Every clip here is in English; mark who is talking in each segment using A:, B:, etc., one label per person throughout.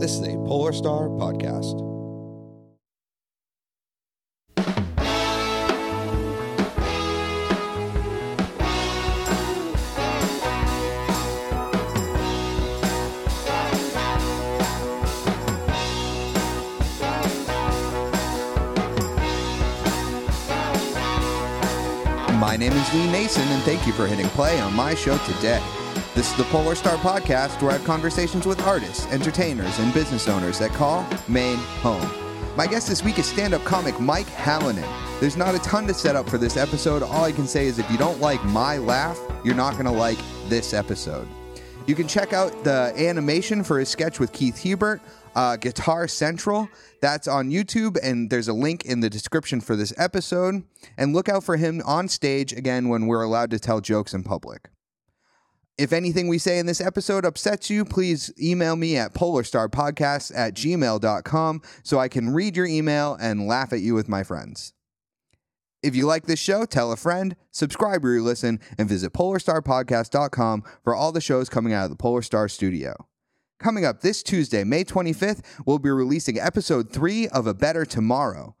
A: This is a Polar Star podcast. My name is Lee Mason, and thank you for hitting play on my show today. This is the Polar Star Podcast, where I have conversations with artists, entertainers, and business owners that call Maine home. My guest this week is stand up comic Mike Hallinan. There's not a ton to set up for this episode. All I can say is if you don't like my laugh, you're not going to like this episode. You can check out the animation for his sketch with Keith Hebert, uh, Guitar Central. That's on YouTube, and there's a link in the description for this episode. And look out for him on stage again when we're allowed to tell jokes in public. If anything we say in this episode upsets you, please email me at polarstarpodcasts at gmail.com so I can read your email and laugh at you with my friends. If you like this show, tell a friend, subscribe where you listen, and visit polarstarpodcast.com for all the shows coming out of the Polar Star Studio. Coming up this Tuesday, May 25th, we'll be releasing episode three of A Better Tomorrow.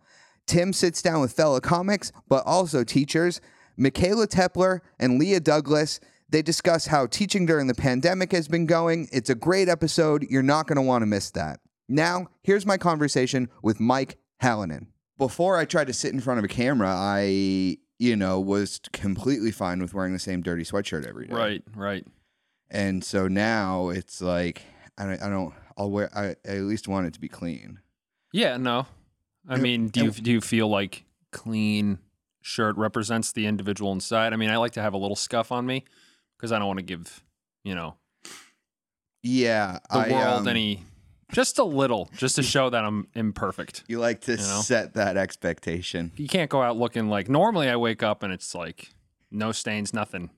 A: Tim sits down with fellow comics, but also teachers, Michaela Tepler and Leah Douglas. They discuss how teaching during the pandemic has been going. It's a great episode. You're not going to want to miss that. Now, here's my conversation with Mike Hallinan. Before I tried to sit in front of a camera, I, you know, was completely fine with wearing the same dirty sweatshirt every day.
B: Right, right.
A: And so now it's like I don't, I don't I'll wear I, I at least want it to be clean.
B: Yeah, no. I
A: And-
B: mean, do you
A: and-
B: do you feel like clean shirt represents the individual inside? I mean, I like to have a little scuff on me because I don't want to give, you know,
A: Yeah,
B: the
A: I,
B: world
A: um,
B: any just a little, just to show that I'm imperfect.
A: You like to
B: you know?
A: set that expectation.
B: You can't go out looking like normally I wake up and it's like no stains, nothing.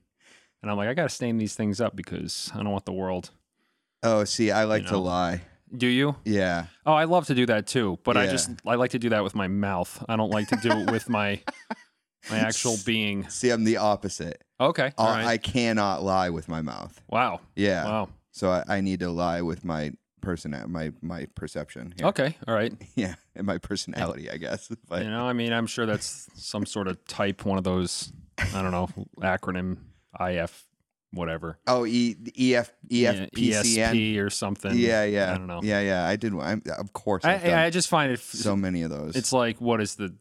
B: And I'm like, I got to stain these things up because I don't want the world.
A: Oh, see, I like to
B: know?
A: lie.
B: Do you?
A: Yeah.
B: Oh, I love to do that too, but I
A: Yeah.
B: just I like to do that with my mouth. I don't like to do it with my my actual being.
A: See, I'm the opposite.
B: Okay. All
A: I-
B: right.
A: Uh, I cannot lie with my mouth.
B: wow.
A: Yeah.
B: Wow.
A: So I, I need to lie with my person my my perception. Yeah.
B: Okay. All right.
A: Yeah, and my personality, I guess. But
B: You know, I mean, I'm sure that's some sort of type, one of those, I don't know, acronym, IF, whatever.
A: oh, E EF
B: Yeah, E
A: EFPCN.
B: ESP or something.
A: Yeah, yeah.
B: I don't know.
A: Yeah, yeah. I did. one. I'm, of course, I've done
B: I, I just find it, f-
A: so many of those.
B: it's like, what is the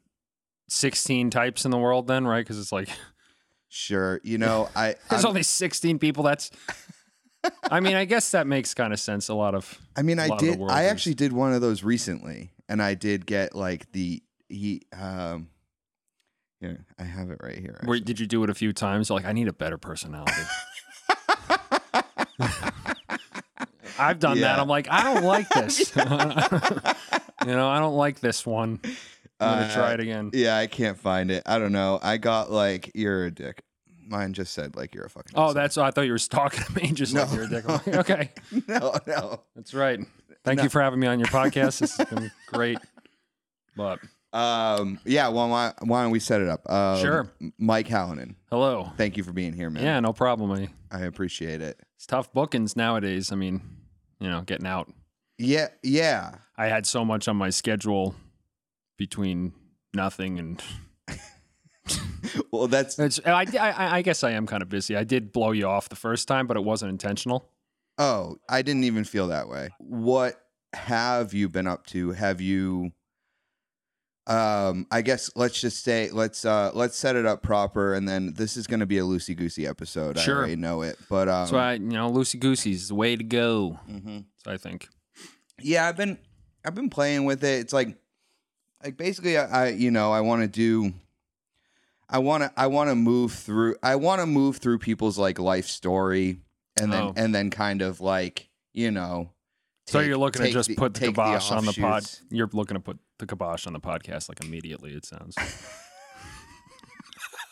B: 16 types in the world then, right? Because it's like,
A: Sure. You know, I
B: there's
A: I'm-
B: only 16 people. That's, I mean, I guess that makes kind of sense. A lot of,
A: I mean,
B: a
A: I
B: lot of the
A: did.
B: world
A: I
B: is-
A: actually did one of those recently, and I did get like the he. Um, yeah, I have it right here.
B: where,
A: actually.
B: did you do it a few times? You're like, I need a better personality. I've done that.
A: Yeah.
B: I'm like, I don't like this. you know, I don't like this one. I'm gonna
A: Uh,
B: try it again.
A: Yeah, I can't find it. I don't know. I got like you're a dick. Mine just said like you're a fucking.
B: Oh,
A: asshole.
B: that's I thought you were stalking me, just
A: No,
B: like you're a dick.
A: no.
B: I'm like, okay,
A: no, no.
B: that's right. Thank you for having me on your podcast. This has been great. But
A: Um, yeah. Well, why, why don't we set it up? Um,
B: Sure.
A: Mike Hallinan,
B: hello,
A: thank you for being here, man.
B: yeah, no problem. I,
A: I appreciate it.
B: it's tough bookings nowadays. I mean, you know, getting out.
A: Yeah, yeah.
B: I had so much on my schedule between nothing and
A: Well, that's
B: it's. I, I, I guess I am kind of busy. I did blow you off the first time, but it wasn't intentional.
A: Oh, I didn't even feel that way. What have you been up to? Have you um I guess let's just say let's uh let's set it up proper and then this is going to be a loosey goosey episode. I
B: Sure.
A: already know it. But um
B: so I, you know, loosey goosey's the way to go.
A: mhm.
B: So I think.
A: Yeah, I've been I've been playing with it. It's like like basically I, I you know, I want to do I want to I want to move through I want to move through people's like life story and then
B: Oh.
A: and then kind of like, you know,
B: So
A: take-
B: you're looking to
A: take
B: just put the
A: take
B: kibosh on the pod.
A: offshoots.
B: You're looking to put the kibosh on the podcast like immediately. It sounds.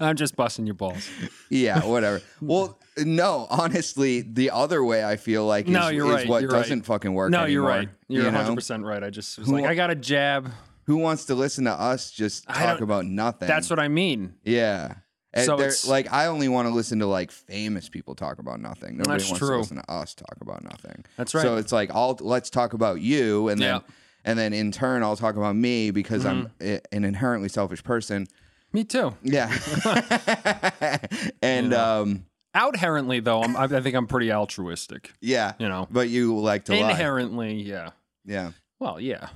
B: I'm just busting your balls.
A: Yeah, whatever. well, no, honestly, the other way I feel like is,
B: No, you're
A: is
B: right,
A: what
B: you're right.
A: doesn't fucking work.
B: No, you're
A: anymore,
B: right. You're
A: you know?
B: 100 percent right. I just was
A: Who-
B: like, I got a jab.
A: Who wants to listen to us just
B: I
A: talk
B: don't-
A: about nothing?
B: That's what I mean.
A: Yeah. And
B: So
A: they're-
B: it's-
A: like I only want to listen to like famous people talk about nothing. Nobody
B: That's
A: wants to
B: true.
A: listen to us talk about nothing.
B: That's right.
A: So it's like I'll let's talk about you, and then
B: Yeah. Mm-hmm.
A: and then in turn I'll talk about me because I'm i- an inherently selfish person.
B: Me too.
A: Yeah. and um
B: Outherently, though, I'm, I I think I'm pretty altruistic.
A: yeah,
B: You know,
A: but you like to lie.
B: inherently, yeah.
A: Yeah.
B: Well, yeah.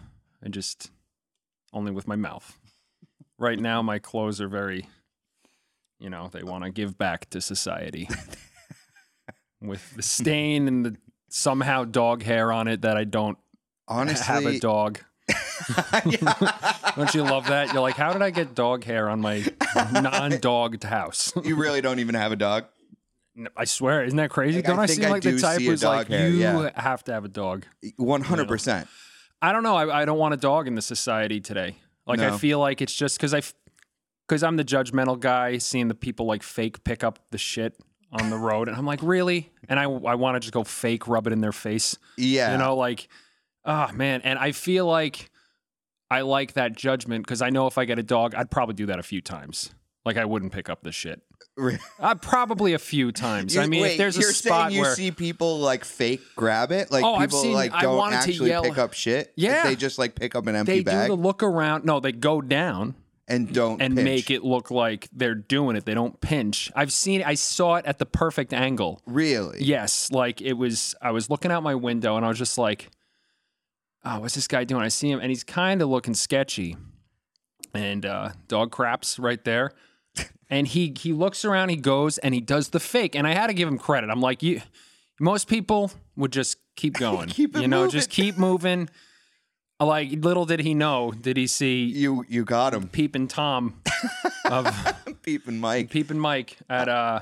B: I just only with my mouth. Right now, my clothes are very, you know, they want to give back to society with the stain and the somehow dog hair on it that I don't have a
A: Honestly,
B: dog. Don't you love that? You're like, how did I get dog hair on my non-dogged house?
A: you really don't even have a dog.
B: I swear, isn't that crazy?
A: Like, I
B: don't I,
A: think
B: seem
A: I
B: like
A: do
B: the type
A: see a
B: who's
A: dog
B: like,
A: hair,
B: you
A: yeah.
B: have to have a dog?
A: One hundred percent.
B: I don't know. I, I don't want a dog in the society today. Like
A: No.
B: I feel like it's just because I, because I'm the judgmental guy, seeing the people like fake pick up the shit on the road, and I'm like, really? And I I want to just go fake rub it in their face,
A: Yeah.
B: you know? Like, ah man. And I feel like I like that judgment because I know if I get a dog, I'd probably do that a few times. Like I wouldn't pick up the shit.
A: Re-
B: Uh, probably a few times.
A: You-
B: I mean,
A: wait,
B: if there's a
A: you're
B: spot
A: saying you
B: where
A: see people like fake grab it, like
B: Oh, I've
A: people
B: seen-
A: like
B: I
A: don't
B: wanted to
A: actually
B: yell-
A: pick up shit. Like,
B: Yeah.
A: they just like pick up an empty
B: they
A: bag
B: do the look around, no, they go down.
A: and don't
B: and
A: pinch.
B: make it look like they're doing it. They don't pinch. I've seen I saw it at the perfect angle.
A: Really?
B: Yes, like it was I was looking out my window and I was just like, "Oh, what's this guy doing?" I see him and he's kind of looking sketchy. And uh dog craps right there. And he he looks around, he goes and he does the fake. And I had to give him credit. I'm like, "You most people would just keep going.
A: Keep it
B: you know,
A: moving.
B: just keep moving." Like little did he know, did he see
A: You you got him,
B: peeping Tom of
A: peeping Mike.
B: peeping Mike at uh,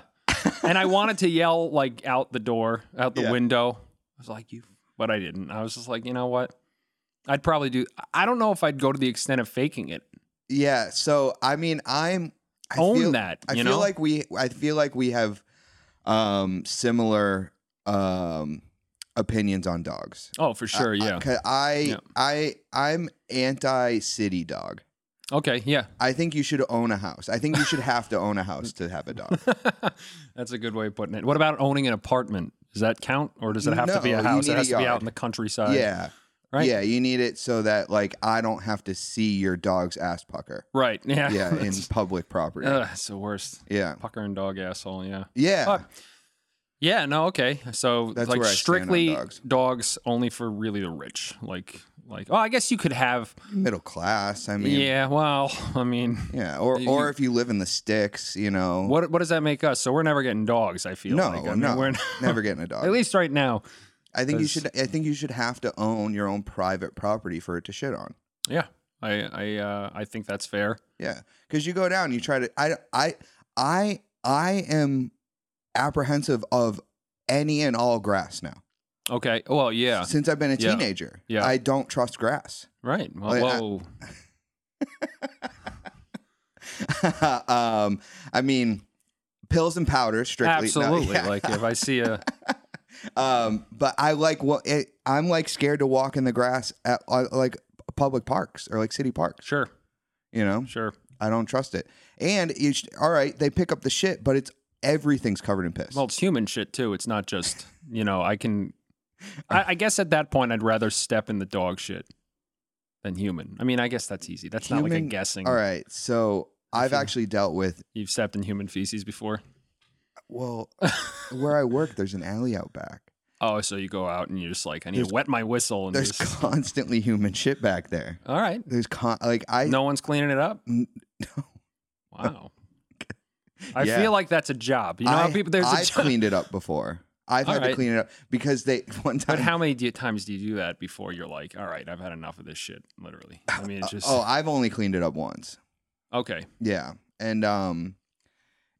B: and I wanted to yell like out the door, out the
A: Yeah.
B: window. I was like, you, but I didn't. I was just like, you know what? I'd probably do. I don't know if I'd go to the extent of faking it.
A: Yeah. So I mean, I'm I
B: Own
A: feel,
B: that,
A: I
B: you
A: feel
B: know?
A: like we I feel like we have um similar um opinions on dogs.
B: Oh, for sure.
A: I-
B: yeah.
A: 'cause I
B: Yeah.
A: I I'm anti city dog.
B: okay. Yeah.
A: I think you should own a house. I think you should have to own a house to have a dog.
B: That's a good way of putting it. What about owning an apartment? Does that count, or does it have to be
A: No,
B: a
A: you
B: house?
A: need
B: It
A: a
B: has to be
A: yard.
B: out in the countryside.
A: yeah.
B: Uh, Right.
A: Yeah, you need it so that like I don't have to see your dog's ass pucker.
B: Right. Yeah.
A: Yeah, in public property.
B: Ugh, it's the worst.
A: yeah.
B: Pucker and dog asshole. Yeah.
A: Yeah.
B: But- Yeah, no, okay. So
A: That's
B: like
A: where I stand on
B: strictly
A: dogs.
B: only for really the rich. Like like oh, I guess you could have
A: Middle class. I mean, yeah.
B: Yeah, well, I mean,
A: Or
B: You-
A: or if you live in the sticks, you know.
B: what what does that make us? So we're never getting dogs, I feel
A: oh. No,
B: like. I mean,
A: no. Uh,
B: we're
A: Never getting a
B: at
A: dog.
B: least right now.
A: I think you
B: because-
A: should I think you should have to own your own private property for it to shit on.
B: Yeah. I I uh I think that's fair.
A: Yeah, because you go down, you try to. I, I, I, I am apprehensive of any and all grass now.
B: Okay. Well, yeah.
A: Since I've been a
B: Yeah.
A: teenager,
B: Yeah.
A: I don't trust grass.
B: Right. Well,
A: Like, I-
B: whoa.
A: um, I mean, pills and powders strictly. No,
B: Absolutely.
A: yeah.
B: Like if I see a
A: um, but I like what it, I'm like scared to walk in the grass at uh, like public parks or like city parks.
B: sure,
A: You know,
B: sure.
A: I don't trust it. And you sh- all right, they pick up the shit, but it's everything's covered in piss.
B: Well, it's human shit too. It's not just you know. I can, I, I guess at that point, I'd rather step in the dog shit than human. I mean, I guess that's easy. That's not like a
A: Human-
B: guessing.
A: All right. So I've
B: you-
A: actually dealt with,
B: You've stepped in human feces before.
A: well, where I work, there's an alley out back.
B: Oh, so you go out and you're just like, I need
A: There's-
B: to wet my whistle. And
A: There's
B: just,
A: constantly human shit back there.
B: all right,
A: There's con, like, I,
B: no one's cleaning it up.
A: N-
B: Wow. I
A: Yeah.
B: feel like that's a job. You know how
A: I-
B: people there's a
A: I've
B: job.
A: cleaned it up before. I've
B: All
A: had to
B: right.
A: clean it up because they, one
B: but
A: time, uh,
B: how many do- times do you do that before you're like, all right, I've had enough of this shit? Literally. I mean, it's just
A: oh, I've only cleaned it up once.
B: okay.
A: Yeah. And, um,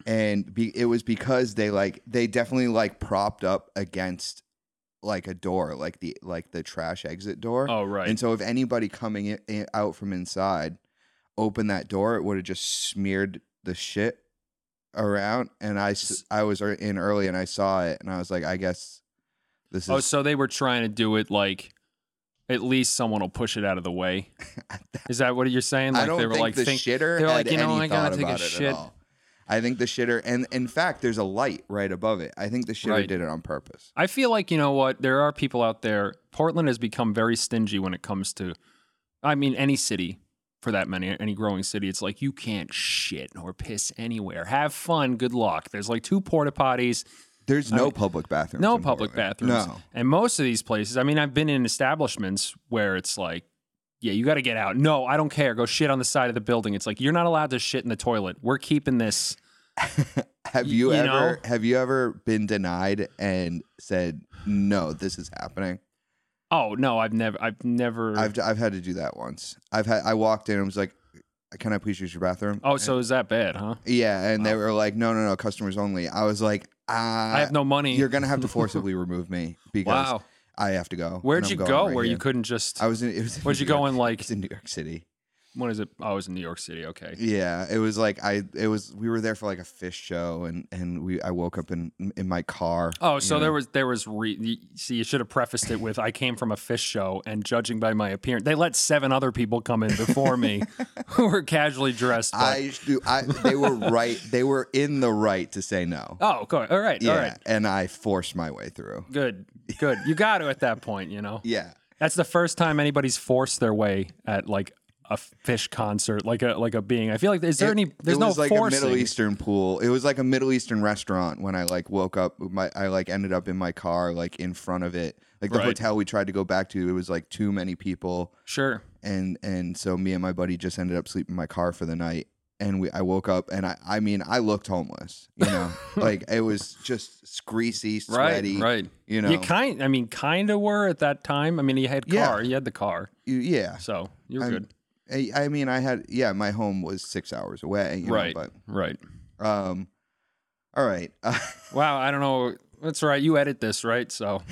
A: and be, it was because they like they definitely like propped up against like a door like the like the trash exit door
B: Oh, right.
A: And so if anybody coming in, in, out from inside opened that door, it would have just smeared the shit around. And I, s-
B: S-
A: I was er- in early and I saw it and I was like, I guess this is,
B: Oh, so they were trying to do it like at least someone will push it out of the way. Is that what you're saying? Like
A: I don't
B: they were
A: think
B: like
A: the
B: think
A: shitter
B: they were
A: had
B: like, you know,
A: any
B: I gotta
A: thought
B: take a
A: about it at
B: shit.
A: all. I think the shitter, and in fact, there's a light right above it. I think the shitter
B: Right.
A: did it on purpose.
B: I feel like you know what there are people out there. Portland has become very stingy when it comes to, I mean, any city for that many, any growing city. It's like you can't shit or piss anywhere. Have fun. Good luck. There's like two porta potties,
A: There's no public bathrooms.
B: no
A: in
B: public
A: Portland.
B: bathrooms,
A: No.
B: and most of these places. I mean, I've been in establishments where it's like. Yeah, you got to get out. No, I don't care. Go shit on the side of the building. It's like you're not allowed to shit in the toilet. We're keeping this.
A: Have
B: Y-
A: you,
B: you
A: ever
B: know?
A: have you ever been denied and said no? This is happening.
B: Oh no, I've never, I've never.
A: I've I've had to do that once. I've had I walked in and was like, "Can I please use your bathroom?"
B: oh, so is that bad, huh?
A: yeah, and they were like, "No, no, no, customers only." I was like, "Ah,
B: I have no money.
A: you're gonna have to forcibly remove me because
B: wow.
A: I have to go."
B: Where'd
A: and I'm
B: you
A: going
B: go
A: right
B: where you
A: here."
B: couldn't just?
A: I was in. It was in
B: where'd
A: New
B: you
A: York.
B: go in like?
A: It's in New York City.
B: When is it? Oh, I was in New York City. Okay.
A: Yeah, it was like I. It was we were there for like a fish show, and and we I woke up in in my car.
B: Oh, so
A: you know.
B: there was there was re- y- see you should have prefaced it with I came from a fish show and judging by my appearance they let seven other people come in before me who were casually dressed. but-
A: I, do- I they were right. They were in the right to say no.
B: oh, go all right,
A: yeah,
B: all right,
A: and I forced my way through.
B: good, good. You got to at that point, you know.
A: Yeah,
B: That's the first time anybody's forced their way at like a fish concert, like a like a being. I feel like is there any? There's
A: it
B: no
A: was like
B: forcing.
A: a Middle Eastern pool. It was like a Middle Eastern restaurant when I like woke up. My I like ended up in my car, like in front of it. Like the
B: Right.
A: hotel we tried to go back to, it was like too many people,
B: Sure.
A: and and so me and my buddy just ended up sleeping in my car for the night. And we, I woke up, and I, I mean, I looked homeless. You know, like it was just greasy, sweaty.
B: Right. Right.
A: You know,
B: You kind, I mean, kind of were at that time. I mean, you had
A: Yeah.
B: car, you had the car,
A: You- yeah.
B: so you're
A: I'm-
B: good,
A: I, I mean, I had yeah, my home was six hours away. you know,
B: right? Right.
A: but um, all right.
B: Wow, I don't know. That's all right. You edit this, right? So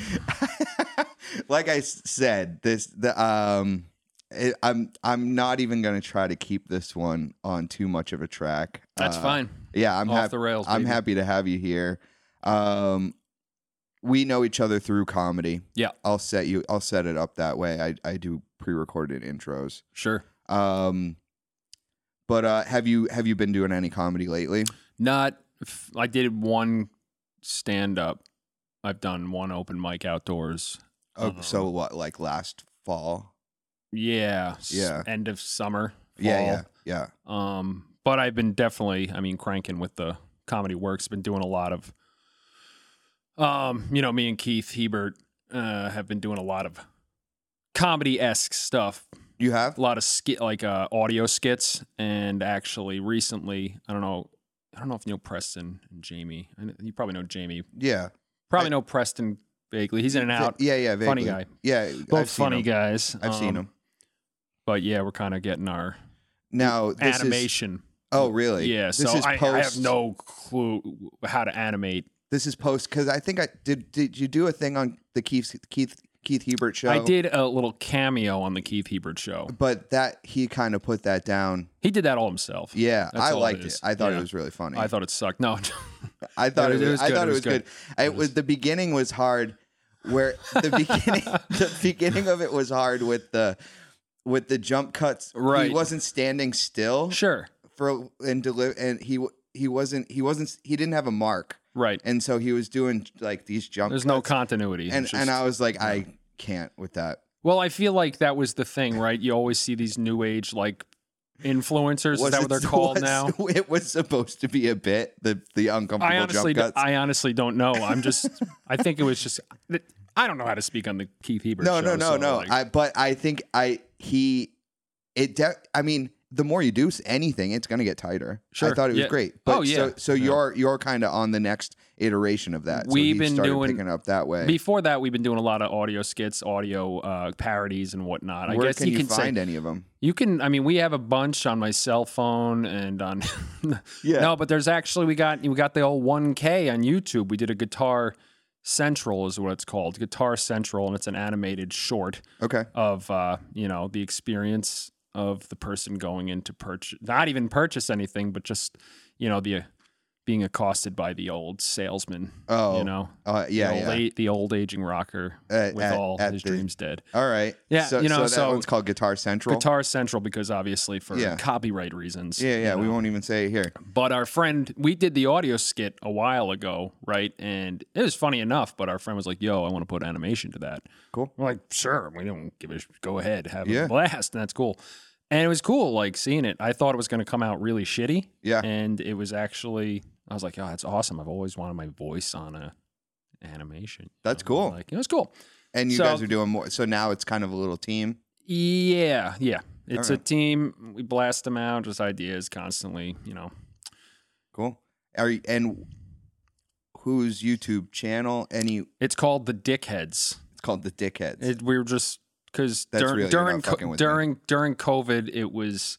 A: like I s- said, this the um, it, I'm I'm not even gonna try to keep this one on too much of a track.
B: that's
A: Uh,
B: fine.
A: Yeah, I'm
B: Off
A: happy.
B: the rails.
A: I'm
B: baby.
A: happy to have you here. Um, we know each other through comedy.
B: Yeah.
A: I'll set you. I'll set it up that way. I I do pre-recorded intros.
B: Sure.
A: Um, but uh, have you have you been doing any comedy lately?
B: Not. f- I did one stand up. I've done one open mic outdoors.
A: Oh,
B: Um,
A: so what? Like last fall?
B: Yeah. s-
A: Yeah.
B: End of summer.
A: Yeah,
B: fall.
A: yeah, yeah.
B: Um, but I've been definitely, I mean, cranking with the comedy works, been doing a lot of, um, you know, me and Keith Hebert, uh, have been doing a lot of comedy esque stuff,
A: You have?
B: a lot of skit, like, uh, audio skits. And actually recently, I don't know, I don't know if Neil Preston and Jamie, I kn- you probably know Jamie,
A: Yeah.
B: probably
A: I-
B: know Preston vaguely. He's in and out.
A: Yeah, yeah. Vaguely.
B: Funny guy.
A: Yeah.
B: Both
A: I've seen
B: funny
A: him.
B: guys.
A: I've seen
B: Um,
A: him.
B: But yeah, we're kind of getting our
A: Now this is.
B: animation.
A: Oh, really?
B: Yeah,
A: This
B: so
A: is
B: I,
A: post.
B: I have no clue how to animate.
A: This is post because I think I did. Did you do a thing on the Keith Keith Keith Hebert show?
B: I did a little cameo on the Keith Hebert show.
A: But that he kind of put that down.
B: He did that all himself.
A: Yeah,
B: That's
A: I
B: all it
A: liked it.
B: is.
A: I thought it
B: Yeah.
A: was really funny.
B: I thought it sucked. No,
A: I thought
B: Yeah,
A: it, was, I thought it was good. It
B: was-
A: was the beginning was hard. Where the beginning the beginning of it was hard with the with the jump cuts.
B: Right.
A: He wasn't standing still
B: sure,
A: for and deli- and he w- he wasn't he wasn't he didn't have a mark.
B: right.
A: And so he was doing like these jump
B: There's no
A: cuts.
B: continuity.
A: and
B: It's
A: and
B: just-
A: I was like I can't with that.
B: well, I feel like that was the thing, right? You always see these new age like influencers. Is
A: Was
B: that what
A: it-
B: they're called
A: was-
B: now?
A: It was supposed to be a bit the the uncomfortable
B: I honestly, d-
A: jump cuts.
B: I honestly don't know. I'm just. I think it was just. I don't know how to speak on the Keith Hebert.
A: no,
B: show,
A: no, no,
B: so,
A: no.
B: like-
A: I but I think I he it. De- I mean, the more you do s- anything, it's going to get tighter. I
B: Sure.
A: thought it was
B: Yeah.
A: great. But
B: Oh, yeah.
A: So, so
B: Yeah.
A: you're you're kind of on the next iteration of that. So
B: We've
A: he
B: been
A: started
B: doing-
A: picking up that way.
B: Before that, we've been doing a lot of audio skits, audio uh, parodies, and whatnot. I
A: Where
B: guess
A: can you,
B: say-
A: find any of them?
B: You can. I mean, we have a bunch on my cell phone and on.
A: Yeah.
B: No, but there's actually we got we got the old 1K on YouTube. We did a Guitar Central is what it's called, Guitar Central, and it's an animated short
A: Okay.
B: of uh, you know the experience of the person going in to purchase, not even purchase anything, but just you know the being accosted by the old salesman.
A: Oh,
B: you know,
A: uh, yeah,
B: the
A: yeah.
B: old, the old aging rocker
A: At-
B: with
A: at-
B: all
A: at
B: his
A: the-
B: dreams dead.
A: All right.
B: Yeah,
A: So,
B: you know,
A: so that
B: so-
A: one's called Guitar Central.
B: Guitar Central because obviously for
A: Oh. Yeah.
B: copyright reasons.
A: Yeah, yeah.
B: you
A: We
B: know.
A: won't even say it here.
B: But our friend, we did the audio skit a while ago, right? And it was funny enough. But our friend was like, "Yo, I want to put animation to that."
A: Cool.
B: We're like, "Sure, we don't give a sh- go ahead, have
A: Yeah.
B: a blast." And that's cool. And it was cool, like seeing it. I thought it was going to come out really shitty,
A: Yeah.
B: and it was actually. I was like, "Oh, that's awesome! I've always wanted my voice on a animation."
A: That's
B: You know,
A: cool.
B: Like, it was cool.
A: And you
B: So-
A: guys are doing more. So now it's kind of a little team.
B: Yeah, yeah. It's
A: Alright.
B: a team. We blast them out, just ideas constantly. You know,
A: Cool. Are you, and whose YouTube channel? Any?
B: it's called the Dickheads.
A: It's called the Dickheads.
B: It, we were just because
A: That's
B: during
A: real, you're
B: during
A: not
B: co-
A: fucking with me.
B: during during COVID, it was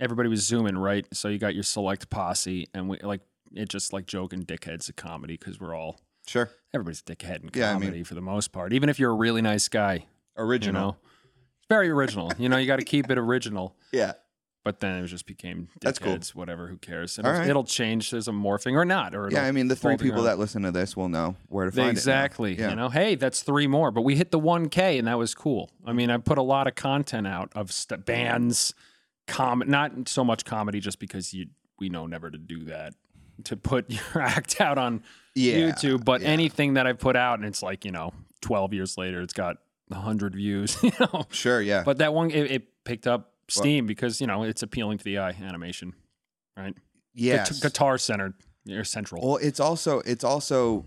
B: everybody was zooming right. So you got your select posse, and we like it just like joking dickheads of comedy because we're all
A: sure.
B: everybody's a dickhead in comedy
A: Yeah, I mean-
B: for the most part. Even if you're a really nice guy, you
A: Original.
B: know, it's very original. you know, you got to keep it original.
A: Yeah.
B: But then it just became dickheads,
A: That's cool.
B: whatever. Who cares?
A: All
B: It'll,
A: right.
B: it'll change. There's a morphing or not. Or
A: Yeah.
B: it'll
A: I mean, the three
B: fold
A: people
B: around.
A: that listen to this will know where to
B: They-
A: find
B: exactly.
A: it. now. Yeah.
B: You know, hey, that's three more, but we hit the 1K and that was cool. I mean, I put a lot of content out of st- bands, com- not so much comedy just because you we know never to do that to put your act out on
A: Yeah.
B: YouTube, but
A: yeah.
B: anything that I put out and it's like, you know, 12 years later it's got 100 views, you know.
A: Sure. Yeah.
B: But that one it, it picked up steam because, you know, it's appealing to the eye animation.
A: yeah.
B: Guit- guitar centered or central.
A: Well, it's also it's also,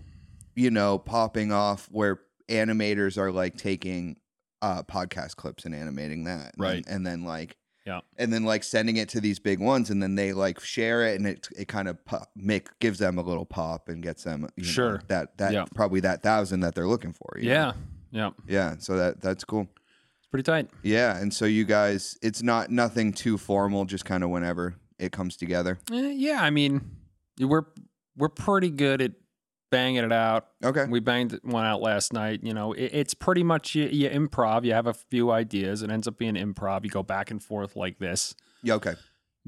A: you know, popping off where animators are like taking uh podcast clips and animating that. and-
B: Right.
A: And, then like
B: Yeah.
A: And then like sending it to these big ones and then they like share it and it it kind of pop, make gives them a little pop and gets them you know,
B: Sure.
A: that that
B: Yeah.
A: probably that thousand that they're looking for. you know?
B: yeah. Yeah.
A: Yeah. So that that's cool.
B: It's pretty tight.
A: Yeah. And so you guys it's not nothing too formal, just kind of whenever it comes together.
B: Eh, yeah, I mean, we're we're pretty good at banging it out.
A: Okay.
B: We banged one out last night. You know, it, it's pretty much you, you improv. You have a few ideas. It ends up being improv. You go back and forth like this.
A: Yeah, okay.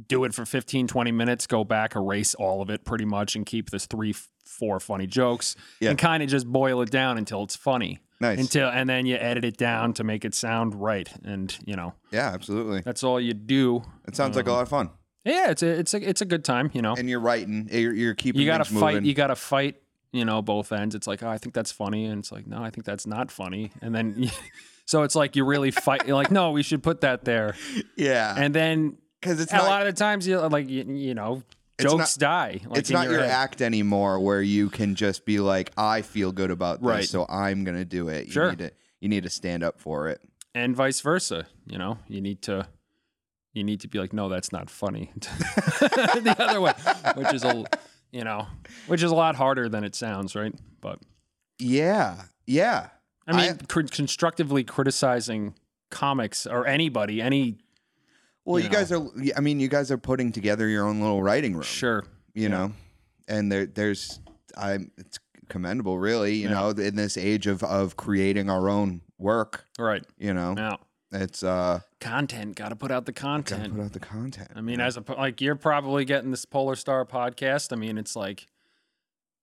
B: Do it for 15, 20 minutes. Go back, erase all of it pretty much, and keep this three, f- four funny jokes,
A: Yeah.
B: and kind of just boil it down until it's funny.
A: Nice.
B: Until and then you edit it down to make it sound right, and you know
A: yeah, absolutely.
B: that's all you do.
A: It sounds
B: Uh-huh.
A: like a lot of fun.
B: Yeah, it's a it's a it's a good time. You know,
A: and you're writing, eh, you're, you're keeping.
B: you gotta
A: things
B: fight
A: moving.
B: you gotta fight you know both ends it's like oh i think that's funny and it's like no i think that's not funny and then so it's like you really fight you're like no we should put that there
A: yeah,
B: and then
A: because it's
B: a
A: not
B: lot of the times you like you, you know
A: It's
B: jokes die like,
A: it's
B: in
A: not your
B: head.
A: act anymore where you can just be like, I feel good about this,
B: Right.
A: so I'm gonna do it. You
B: Sure.
A: need to you need to stand up for it.
B: and vice versa you know you need to you need to be like no that's not funny the other way which is a you know which is a lot harder than it sounds right but
A: Yeah, yeah,
B: I
A: I-
B: mean, cr- constructively criticizing comics or anybody, any
A: Well, you,
B: You know.
A: guys are. I mean, you guys are putting together your own little writing room.
B: sure,
A: You know, and there, there's, I'm. It's commendable, really. You
B: Yeah.
A: know, in this age of of creating our own work.
B: all right,
A: You know,
B: now
A: it's uh,
B: content. Got to put out the
A: Oh. gotta
B: content.
A: put out the content.
B: I mean, as a like, you're probably getting this Polar Star podcast. I mean, it's like,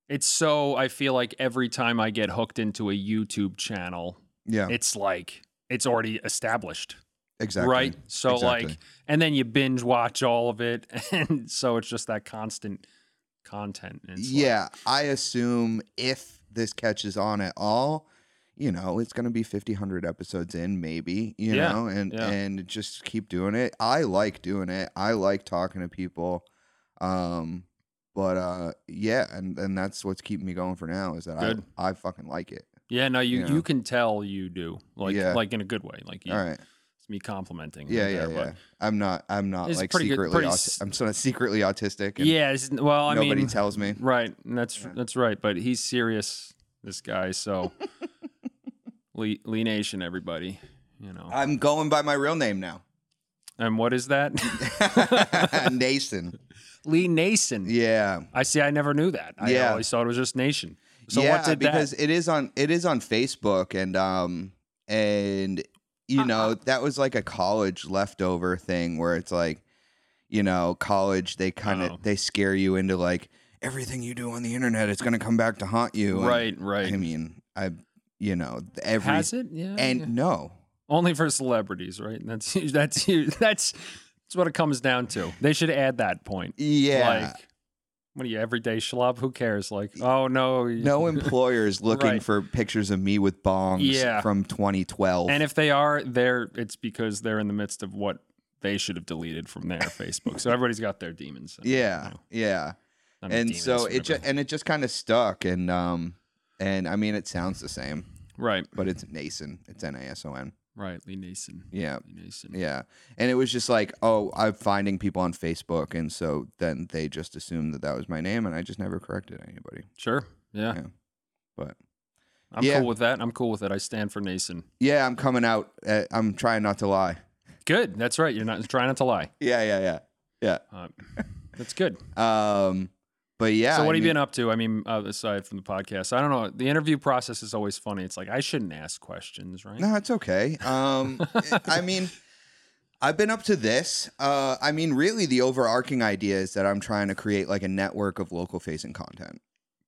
B: it's so. I feel like every time I get hooked into a YouTube channel,
A: yeah,
B: it's like it's already established,
A: exactly.
B: right? So like,
A: Exactly.
B: and then you binge watch all of it, and so it's just that constant content. And it's like-
A: yeah, I assume if this catches on at all, you know, it's going to be 50, 100 episodes in, maybe, you
B: Yeah,
A: know, and,
B: yeah.
A: and just keep doing it. I like doing it. I like talking to people. Um, but uh, yeah, and, and that's what's keeping me going for now is that
B: Good.
A: I, I fucking like it.
B: Yeah, no, you
A: You know?
B: you can tell you do like
A: Yeah.
B: like in a good way, like you,
A: All right.
B: it's me complimenting.
A: Yeah,
B: right
A: yeah,
B: there,
A: yeah. I'm not, I'm not
B: It's
A: like
B: pretty good-
A: secretly,
B: pretty
A: aut-
B: s-
A: I'm sort of secretly autistic.
B: But, yeah. it's- Well, I
A: nobody
B: mean,
A: tells me.
B: right, and that's
A: Yeah.
B: that's right. But he's serious, this guy. So, Lee, Lee Nation, everybody, you know.
A: I'm going by my real name now.
B: and what is that?
A: Nason.
B: Lee Nason.
A: Yeah.
B: I see. I never knew that. I
A: Yeah.
B: always thought it was just Nation. So
A: yeah,
B: what did
A: because
B: that?
A: it is on it is on Facebook and um and
B: Uh,
A: you know that was like a college leftover thing where it's like you know college they kind of
B: Oh.
A: they scare you into like everything you do on the internet is going to come back to haunt you. And,
B: right, right.
A: I mean, I, you know, every
B: Has it? Yeah.
A: and
B: yeah.
A: no,
B: only for celebrities, right? That's that's that's that's what it comes down to. They should add that point.
A: yeah,
B: Like, what are you everyday schlub? Who cares? Like, oh no, you-
A: no employers looking
B: Right.
A: for pictures of me with bongs
B: Yeah.
A: from 2012.
B: And if they are there, it's because they're in the midst of what they should have deleted from their Facebook. So everybody's got their demons.
A: yeah,
B: No,
A: yeah.
B: I mean,
A: And
B: demons,
A: so it ju-
B: whatever.
A: and it just kind of stuck and um and I mean it sounds the same,
B: right,
A: but it's Nason. It's N A S O N.
B: right. Lee Nason.
A: Yeah.
B: Lee Nason.
A: Yeah. And it was just like, oh, I'm finding people on Facebook and so then they just assumed that that was my name and I just never corrected anybody.
B: Sure. Yeah.
A: Yeah. But-
B: I'm
A: Yeah.
B: cool with that. I'm cool with it. I stand for Nason.
A: Yeah, I'm coming out. Uh, I'm trying not to lie.
B: Good. That's right. You're not trying not to lie.
A: Yeah, yeah, yeah.
B: Uh, that's good.
A: Yeah. Um but yeah. I
B: so what have you
A: mean-
B: been up to? I mean, uh, aside from the podcast, I don't know. The interview process is always funny. It's like I shouldn't ask questions, right?
A: No, it's okay. Um, I mean, I've been up to this. Uh, I mean, really, the overarching idea is that I'm trying to create like a network of local facing content.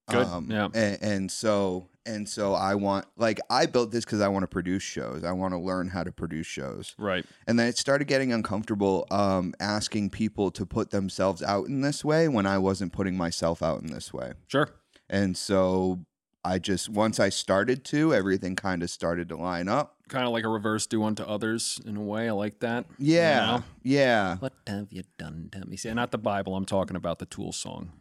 A: Um,
B: Good, yeah.
A: a- And, so, and so, I want like I built this because I want to produce shows. I want to learn how to produce shows.
B: Right.
A: And then it started getting uncomfortable um, asking people to put themselves out in this way when I wasn't putting myself out in this way.
B: Sure.
A: And so, I just once I started to, everything kind of started to line up.
B: Kind of like a reverse do unto others in a way. I like that. you
A: Yeah.
B: know?
A: Yeah.
B: What have you done to me? See, not the Bible. I'm talking about the Tool song,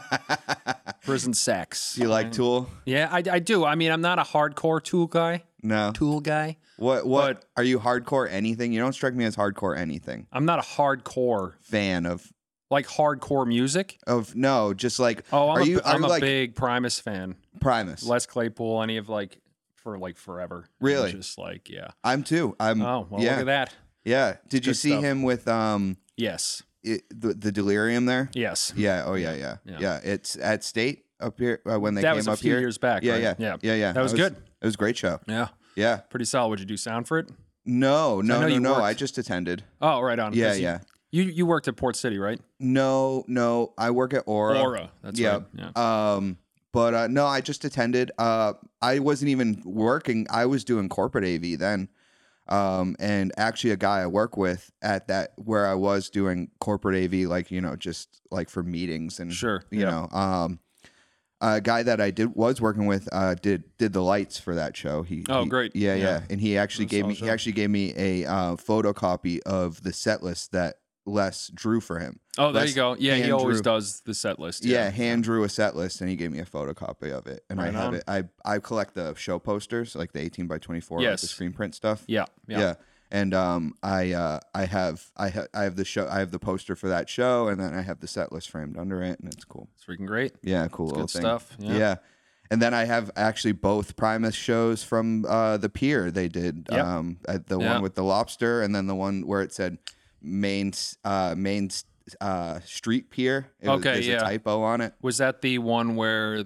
B: prison sex.
A: Do you like Tool?
B: Yeah, I, I do. I mean, I'm not a hardcore Tool guy.
A: No.
B: Tool guy.
A: What what
B: But-
A: are you hardcore anything? You don't strike me as hardcore anything.
B: I'm not a hardcore
A: Fan of
B: like hardcore music.
A: of no, just like
B: Oh,
A: are
B: I'm,
A: you
B: a, am
A: are you
B: a
A: like
B: big Primus fan.
A: Primus?
B: Les Claypool, any of like for like forever. I'm
A: Really?
B: Just like yeah.
A: I'm too. I'm
B: Oh well,
A: yeah.
B: look at that.
A: Yeah. Did you
B: good
A: see
B: stuff.
A: him with um
B: Yes,
A: it, the the delirium there?
B: yes.
A: Yeah. Oh yeah, yeah. Yeah.
B: Yeah.
A: It's at state up here uh, when they
B: that
A: came
B: was a
A: up
B: few
A: here.
B: years back.
A: yeah,
B: right?
A: yeah.
B: yeah,
A: Yeah, yeah.
B: That was good.
A: It was a great show.
B: yeah.
A: Yeah.
B: Pretty solid. Would you do sound for it?
A: No, no,
B: know
A: no,
B: you
A: no.
B: worked.
A: I just attended.
B: Oh, right on.
A: Yeah,
B: 'cause you-
A: yeah.
B: You you worked at Port City, right?
A: No, no. I work at
B: Aura. That's
A: Yeah.
B: right. Yeah.
A: Um, but uh, no, I just attended. Uh, I wasn't even working. I was doing corporate AV then. Um, and actually, a guy I work with at that where I was doing corporate AV, like you know, just like for meetings and
B: Sure.
A: you
B: yeah.
A: know, um, a guy that I did was working with uh, did did the lights for that show. He
B: Oh,
A: he-
B: great.
A: yeah, yeah,
B: Yeah.
A: and he actually
B: That's
A: gave me
B: awesome.
A: he actually gave me a uh, photocopy of the set list that Les drew for him.
B: Oh, there
A: Les-
B: you go. Yeah, he
A: Andrew.
B: always does the set list.
A: Yeah,
B: Yeah.
A: hand drew a set list and he gave me a photocopy of it. And I
B: Right
A: have
B: on.
A: it. I, I collect the show posters, like the 18 by 24, like the
B: Yes.
A: screen print stuff.
B: Yeah. Yeah.
A: And um, I uh, I have I ha- I have the show I have the poster for that show, and then I have the set list framed under it, and it's cool.
B: It's freaking great.
A: Yeah, cool little
B: Good
A: thing.
B: stuff.
A: Yeah.
B: Yeah.
A: And then I have actually both Primus shows from uh, the pier they did.
B: Yep.
A: Um, at the
B: Yeah.
A: one with the lobster, and then the one where it said main s- uh, main s- uh, street pier. It was,
B: Okay,
A: there's
B: yeah.
A: a typo on it.
B: Was that the one where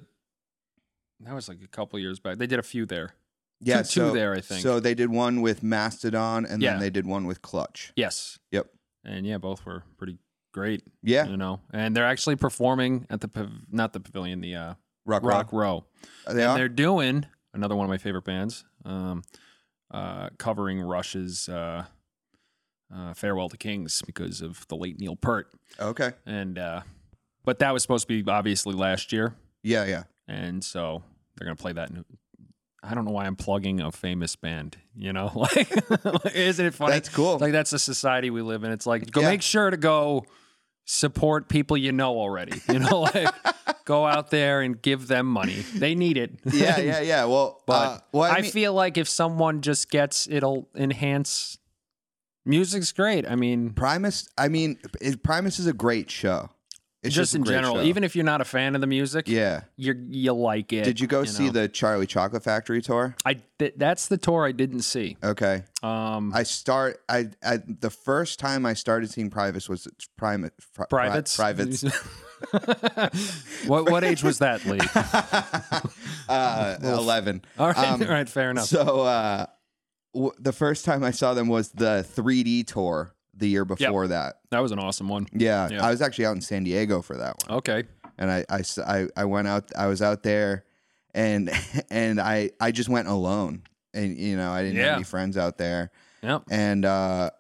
B: that was like a couple years back? They did a few there.
A: Yeah,
B: Two- two
A: so,
B: there, I think.
A: So they did one with Mastodon, and
B: Yeah.
A: then they did one with Clutch.
B: Yes.
A: Yep.
B: And yeah, both were pretty great.
A: Yeah,
B: You know, and they're actually performing at the pav- not the pavilion, the uh,
A: Rock Rock.
B: Rock Row.
A: They
B: and
A: are?
B: they're doing another one of my favorite bands, um, uh, covering Rush's uh, uh, "Farewell to Kings" because of the late Neil Peart,
A: Okay.
B: and uh, but that was supposed to be obviously last year,
A: Yeah, yeah.
B: and so they're gonna play that. In, I don't know why I'm plugging a famous band. You know, like isn't it funny?
A: That's cool.
B: like that's the society we live in. It's like go
A: Yeah.
B: make sure to go support people you know already. You know, like go out there and give them money. They need it.
A: yeah, yeah, yeah. Well,
B: But
A: uh, well, I,
B: I
A: mean-
B: feel like if someone just gets it'll enhance music's great. I mean,
A: Primus. I mean, it- Primus is a great show. It's
B: just,
A: just, a
B: in
A: great
B: general,
A: show.
B: even if you're not a fan of the music,
A: yeah.
B: you you like it.
A: Did you go see
B: know?
A: the Charlie Chocolate Factory tour?
B: I th- that's the tour I didn't see.
A: Okay.
B: Um
A: I start. I, I the first time I started seeing Privates was Primus. Pri, pri-
B: privates.
A: privates.
B: what what age was that, Lee?
A: uh, Eleven.
B: All right,
A: Um,
B: all right, fair enough.
A: So uh, w- the first time I saw them was the 3D tour the year before that.
B: that was an awesome one.
A: Yeah,
B: Yeah.
A: I was actually out in San Diego for that one.
B: Okay.
A: and I, I s- I- I went out I was out there and and I I just went alone and you know I didn't
B: Yeah.
A: have any friends out there
B: Yep.
A: and uh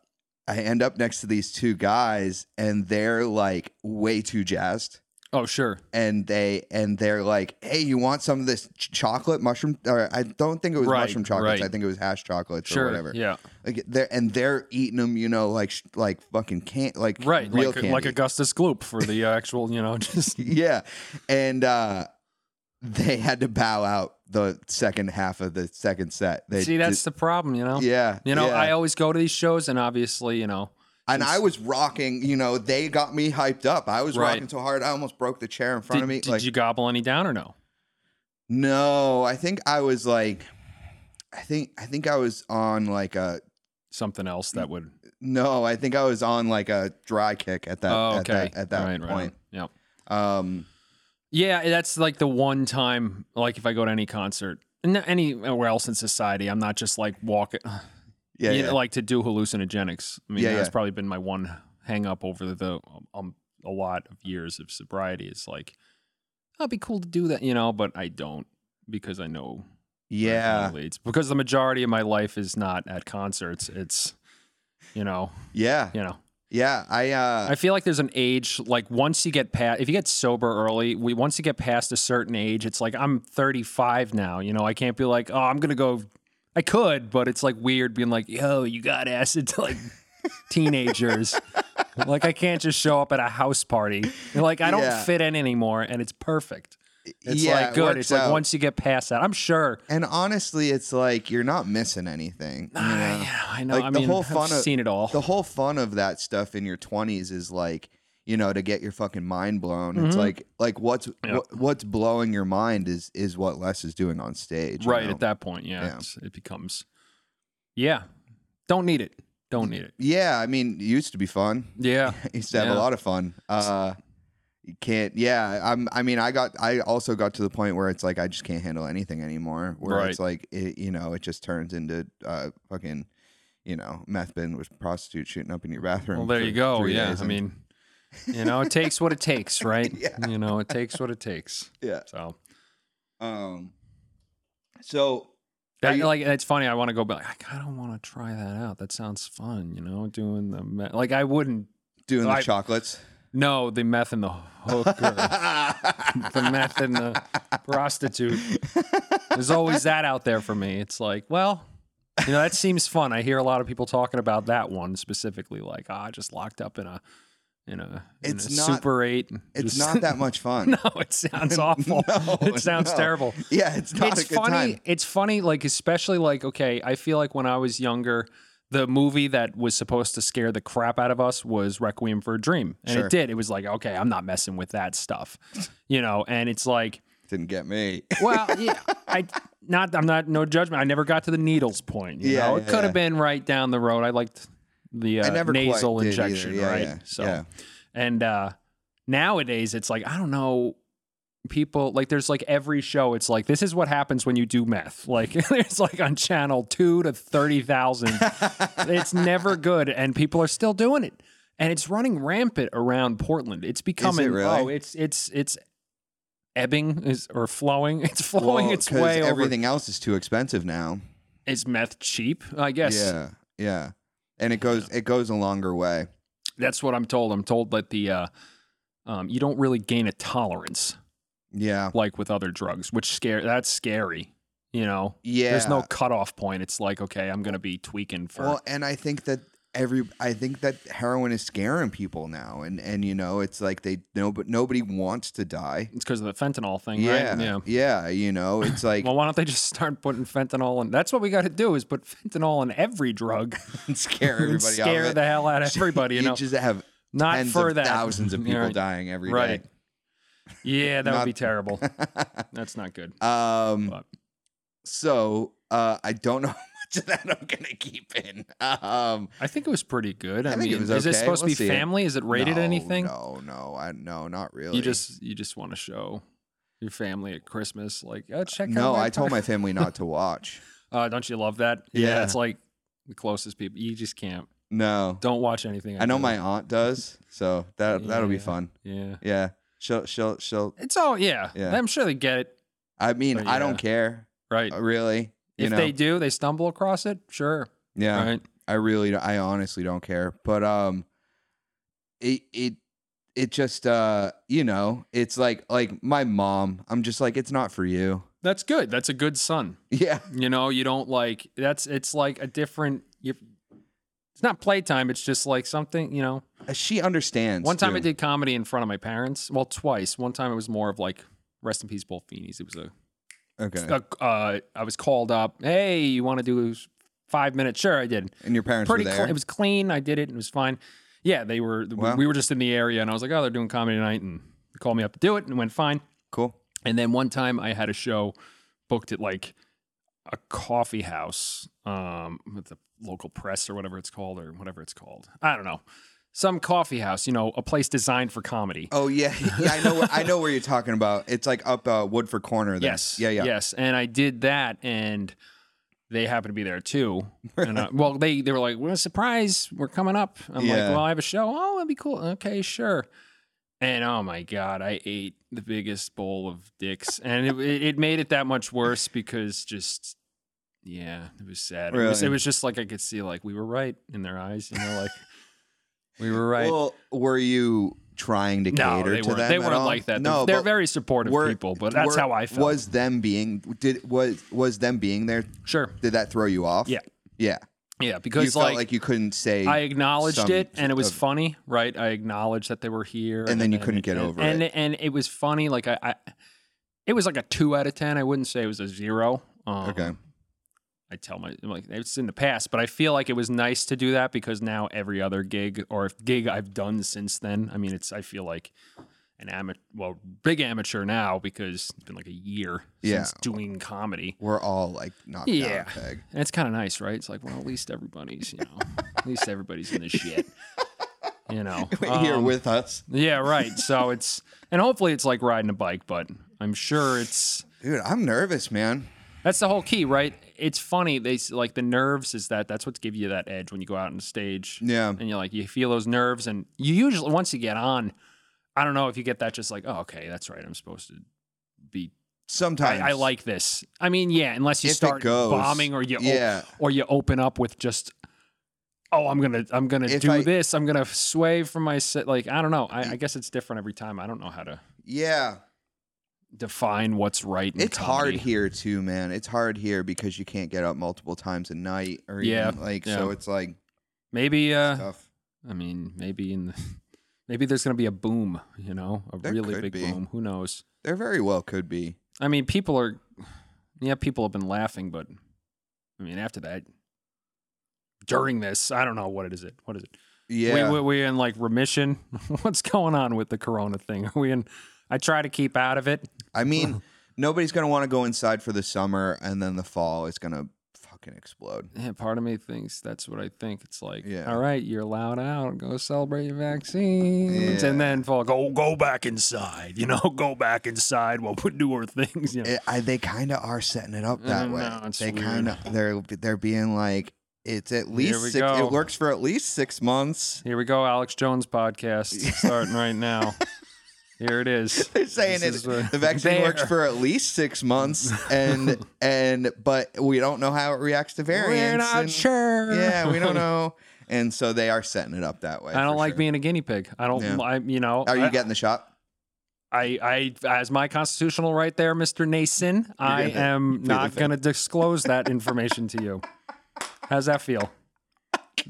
A: I end up next to these two guys and they're like way too jazzed
B: Oh, sure.
A: and they and they're like hey you want some of this ch- chocolate mushroom or I don't think it was
B: Right,
A: mushroom chocolates
B: right.
A: I think it was hash chocolates
B: Sure.
A: or whatever
B: Yeah.
A: like they're and they're eating them you know like sh- like fucking can't like
B: Right.
A: real
B: like,
A: candy.
B: like Augustus Gloop for the actual, you know, just
A: yeah and uh they had to bow out the second half of the second set they
B: see that's
A: did-
B: the problem, you know.
A: yeah
B: You know,
A: yeah.
B: I always go to these shows, and obviously, you know,
A: and i was rocking you know they got me hyped up i was
B: Right.
A: rocking so hard i almost broke the chair in front
B: did,
A: of me
B: did
A: like
B: you gobble any down or no?
A: no i think i was like i think i think i was on like a
B: Something else that would.
A: no i think i was on like a dry kick at that
B: oh, okay.
A: at that, at that
B: Right, right.
A: point
B: Yeah.
A: um
B: Yeah, that's like the one time, like if I go to any concert, n- anywhere else in society, I'm not just like walking,
A: yeah,
B: you
A: yeah.
B: know, like to do hallucinogenics. I mean,
A: Yeah,
B: that's
A: yeah.
B: probably been my one hang up over the um, a lot of years of sobriety. Is like, I'll be cool to do that, you know, but I don't because I know where it
A: yeah
B: leads. Because the majority of my life is not at concerts. It's, you know,
A: yeah
B: you know.
A: yeah i uh
B: I feel like there's an age like once you get past if you get sober early, we once you get past a certain age, it's like I'm 35 now, you know, I can't be like, "Oh, I'm going to go I could, but it's like weird being like, "Yo, you got acid to like teenagers." like I can't just show up at a house party. You're like I don't
A: Yeah.
B: fit in anymore and it's perfect. It's
A: yeah,
B: like
A: it
B: good.
A: works
B: It's like
A: out.
B: once you get past that, I'm sure.
A: And honestly, it's like you're not missing anything. you know?
B: yeah, I know.
A: Like,
B: I
A: the
B: mean,
A: whole
B: I've
A: fun of-
B: seen it all.
A: The whole fun of that stuff in your 20s is like, you know, to get your fucking mind blown. It's
B: Mhm.
A: like like what's
B: Yeah.
A: what, what's blowing your mind is is what Les is doing on stage. you
B: right
A: know?
B: at that point yeah,
A: Yeah.
B: it's- it becomes yeah don't need it don't need it
A: Yeah, I mean, it used to be fun.
B: yeah
A: used to have a
B: Yeah.
A: lot of fun. Uh you can't yeah, I'm I mean, I got I also got to the point where it's like I just can't handle anything anymore. Where it's like it, you know, it just turns into uh fucking you know, meth bin with prostitute shooting up in your bathroom.
B: well there
A: for
B: you go
A: three
B: yeah
A: days
B: i
A: and-
B: mean you know it takes what it takes right
A: Yeah.
B: you know it takes what it takes
A: yeah.
B: so
A: Um so
B: that,
A: you-
B: like it's funny i want to go back like, i don't want to try that out that sounds fun you know doing the meth. like i wouldn't
A: doing the
B: I-
A: chocolates.
B: no the meth and the hooker the meth and the prostitute there's always that out there for me it's like well you know that seems fun i hear a lot of people talking about that one specifically like ah just locked up in a in a, in
A: It's
B: a
A: not-
B: super eight
A: It's
B: just-
A: not that much fun.
B: no it sounds awful
A: No,
B: it sounds
A: no.
B: terrible
A: Yeah, it's not a
B: it's
A: good
B: funny
A: time.
B: it's funny like especially like okay i feel like when i was younger the movie that was supposed to scare the crap out of us was requiem for a dream and
A: Sure.
B: it did it was like okay i'm not messing with that stuff you know and it's like
A: Didn't get me.
B: well, yeah, I not I'm not no judgment. I never got to the needles point. You
A: Yeah,
B: know? it
A: yeah,
B: could
A: yeah.
B: have been right down the road. I liked the uh,
A: I never quite
B: nasal
A: did either.
B: injection,
A: Yeah,
B: right?
A: yeah,
B: so,
A: yeah.
B: and uh, nowadays it's like I don't know. People like there's like every show. It's like this is what happens when you do meth. Like there's like on channel two to thirty thousand. it's never good, and people are still doing it, and it's running rampant around Portland. It's becoming
A: really?
B: oh, it's it's it's ebbing is or flowing. It's flowing its
A: 'cause
B: way over.
A: everything else is too expensive now.
B: Is meth cheap? I guess
A: Yeah, yeah, and it goes it goes a longer way.
B: that's what I'm told. I'm told that the uh, um, you don't really gain a tolerance
A: Yeah,
B: like with other drugs, which scare that's scary. You know,
A: yeah.
B: there's no cutoff point. It's like okay, I'm gonna be tweaking for
A: well, and I think that every I think that heroin is scaring people now, and and you know it's like they no but nobody wants to die.
B: it's because of the fentanyl thing,
A: Yeah,
B: right?
A: yeah, You know, it's like
B: Well, why don't they just start putting fentanyl in? That's what we got to do is put fentanyl in every drug
A: scare everybody.
B: and
A: out
B: scare
A: of
B: the
A: it.
B: hell out of everybody. You, know,
A: just have
B: not
A: tens
B: for
A: of
B: that.
A: thousands of people
B: Right.
A: dying every day.
B: Right. Yeah, that
A: Not-
B: would be terrible. That's not good.
A: Um,
B: But-
A: so uh, I don't know how much of that I'm gonna keep in. Um,
B: I think it was pretty good. I,
A: think it
B: mean,
A: was
B: is this
A: okay.
B: supposed
A: We'll
B: to
A: see
B: be
A: it.
B: family? Is it rated
A: no,
B: anything?
A: No, no, I no, not really.
B: You just you just want to show your family at Christmas, like oh, check out.
A: no.
B: my
A: I told
B: car."
A: my family not to watch.
B: Uh, don't you love that?
A: Yeah.
B: it's like the closest people. You just can't.
A: No,
B: Don't watch anything.
A: I know
B: do.
A: my aunt does, so that that'll be
B: Yeah.
A: fun.
B: Yeah.
A: Yeah, She'll she'll she'll.
B: It's all yeah.
A: Yeah.
B: I'm sure they get it
A: I mean,
B: But
A: I don't
B: yeah.
A: care
B: right.
A: uh, really. You
B: if
A: know,
B: they do, they stumble across it. Sure.
A: yeah.
B: Right.
A: I really, don't- I honestly don't care. But um, it it it just uh, you know, it's like like my mom. I'm just like, it's not for you.
B: That's good. That's a good son.
A: Yeah,
B: You know, you don't like that's it's like a different you it's not playtime, it's just like something, you know.
A: she understands.
B: One time
A: too.
B: I did comedy in front of my parents. Well, twice. One time it was more of like rest in peace, Bull Feeney's. It was a
A: Okay,
B: a- uh, I was called up. Hey, you want to do five minutes? Sure, I did.
A: and your parents were
B: Pretty.
A: there.
B: Clean. It was clean. I did it. and It was fine. Yeah, they were. we-
A: Wow.
B: We were just in the area, and I was like, oh, they're doing comedy tonight, and they called me up to do it, and it went fine.
A: cool.
B: And then one time I had a show booked at like a coffee house um, with the local press or whatever it's called or whatever it's called. I don't know. Some coffee house, you know, a place designed for comedy.
A: Oh yeah, yeah. I know. I know where you're talking about. It's like up uh, Woodford Corner. There.
B: Yes.
A: Yeah, yeah.
B: Yes. And I did that and they happened to be there too. And I, well, they they were like, "We're a surprise. We're coming up." I'm
A: Yeah.
B: like, "Well, I have a show. Oh, that'd be cool. Okay, sure." And oh my god, I ate the biggest bowl of dicks, and it- it, it made it that much worse because just yeah, it was sad. It, was,
A: Really?
B: it was just like I could see like we were right in their eyes, you know, like we were right.
A: Well, were you trying to
B: no,
A: cater
B: they
A: to
B: weren't.
A: them?
B: They
A: at
B: weren't
A: all?
B: like that.
A: No,
B: they're, they're
A: but
B: very supportive
A: were-
B: people, but that's
A: were-
B: how I felt.
A: Was them being did was was them being there?
B: sure.
A: Did that throw you off?
B: Yeah.
A: yeah.
B: Yeah,
A: You
B: because
A: felt like,
B: like
A: you couldn't say.
B: I acknowledged
A: some
B: it and it was
A: of-
B: funny, right? I acknowledged that they were here,
A: And then you couldn't get
B: and-
A: over
B: and, And it was funny. Like I, I, it was like a two out of ten. I wouldn't say it was a zero. Um,
A: okay.
B: I tell my I'm like it's in the past, but I feel like it was nice to do that because now every other gig or if gig I've done since then, I mean, it's I feel like an amateur, well, big amateur now because it's been like a year
A: Yeah.
B: since doing comedy.
A: we're all like knocked
B: Yeah.
A: out of peg.
B: And it's kind of nice, right? It's like, well, at least everybody's, you know, at least everybody's in the shit, you know.
A: Here
B: Um,
A: with us,
B: yeah, right. So it's and hopefully it's like riding a bike, but I'm sure it's
A: dude. I'm nervous, man.
B: that's the whole key, right? It's funny. They s- like the nerves is that that's what gives you that edge when you go out on stage.
A: Yeah,
B: And you're like, you feel those nerves, and you usually once you get on, I don't know if you get that, just like, oh, okay, that's right, I'm supposed to be.
A: sometimes
B: I, I like this. I mean, yeah, unless you
A: If it
B: start
A: goes,
B: bombing or you
A: Yeah,
B: or you open up with just oh i'm gonna i'm gonna
A: If
B: do
A: I-
B: this i'm gonna sway from my set like i don't know I, I guess it's different every time i don't know how to
A: yeah.
B: define what's right in
A: It's hard
B: comedy.
A: here too, man. It's hard here because you can't get up multiple times a night, or
B: Yeah,
A: even, like
B: yeah.
A: so. It's like
B: maybe uh
A: tough.
B: i mean maybe in the maybe there's gonna be a boom you know a
A: There
B: really
A: could
B: big
A: be.
B: boom who knows
A: There very well could be.
B: i mean people are yeah people have been laughing but i mean after that during this i don't know what it is it what is it
A: Yeah,
B: We, we, we in like remission. What's going on with the corona thing? Are we in? I try to keep out of it.
A: I mean, nobody's gonna want to go inside for the summer, and then the fall is gonna fucking explode.
B: Yeah, part of me thinks that's what I think. It's like,
A: Yeah.
B: all right, you're allowed out. Go celebrate your vaccines,
A: Yeah.
B: and then fall. Go go back inside. You know, go back inside. We'll put newer things. You know.
A: It, I, they kind of are setting it up
B: I
A: that
B: don't
A: way.
B: know, Uh, it's
A: they
B: weird.
A: kind of they're they're being like it's at
B: Here
A: least
B: we
A: six,
B: go.
A: it works for at least six months.
B: Here we go, Alex Jones podcast starting right now. Here it is.
A: They're saying
B: This
A: it,
B: is what-
A: the vaccine works
B: There.
A: for at least six months, and and but we don't know how it reacts to variants.
B: We're not
A: and-
B: sure.
A: Yeah, we don't know, and so they are setting it up that way.
B: I don't
A: for
B: like
A: sure.
B: being a guinea pig. I don't.
A: Yeah.
B: I you know.
A: Are you
B: I-
A: getting the shot?
B: I, I, as my constitutional right there, Mr. Nason, I
A: gonna-
B: am
A: you're gonna
B: not going to disclose that information to you. How's that feel?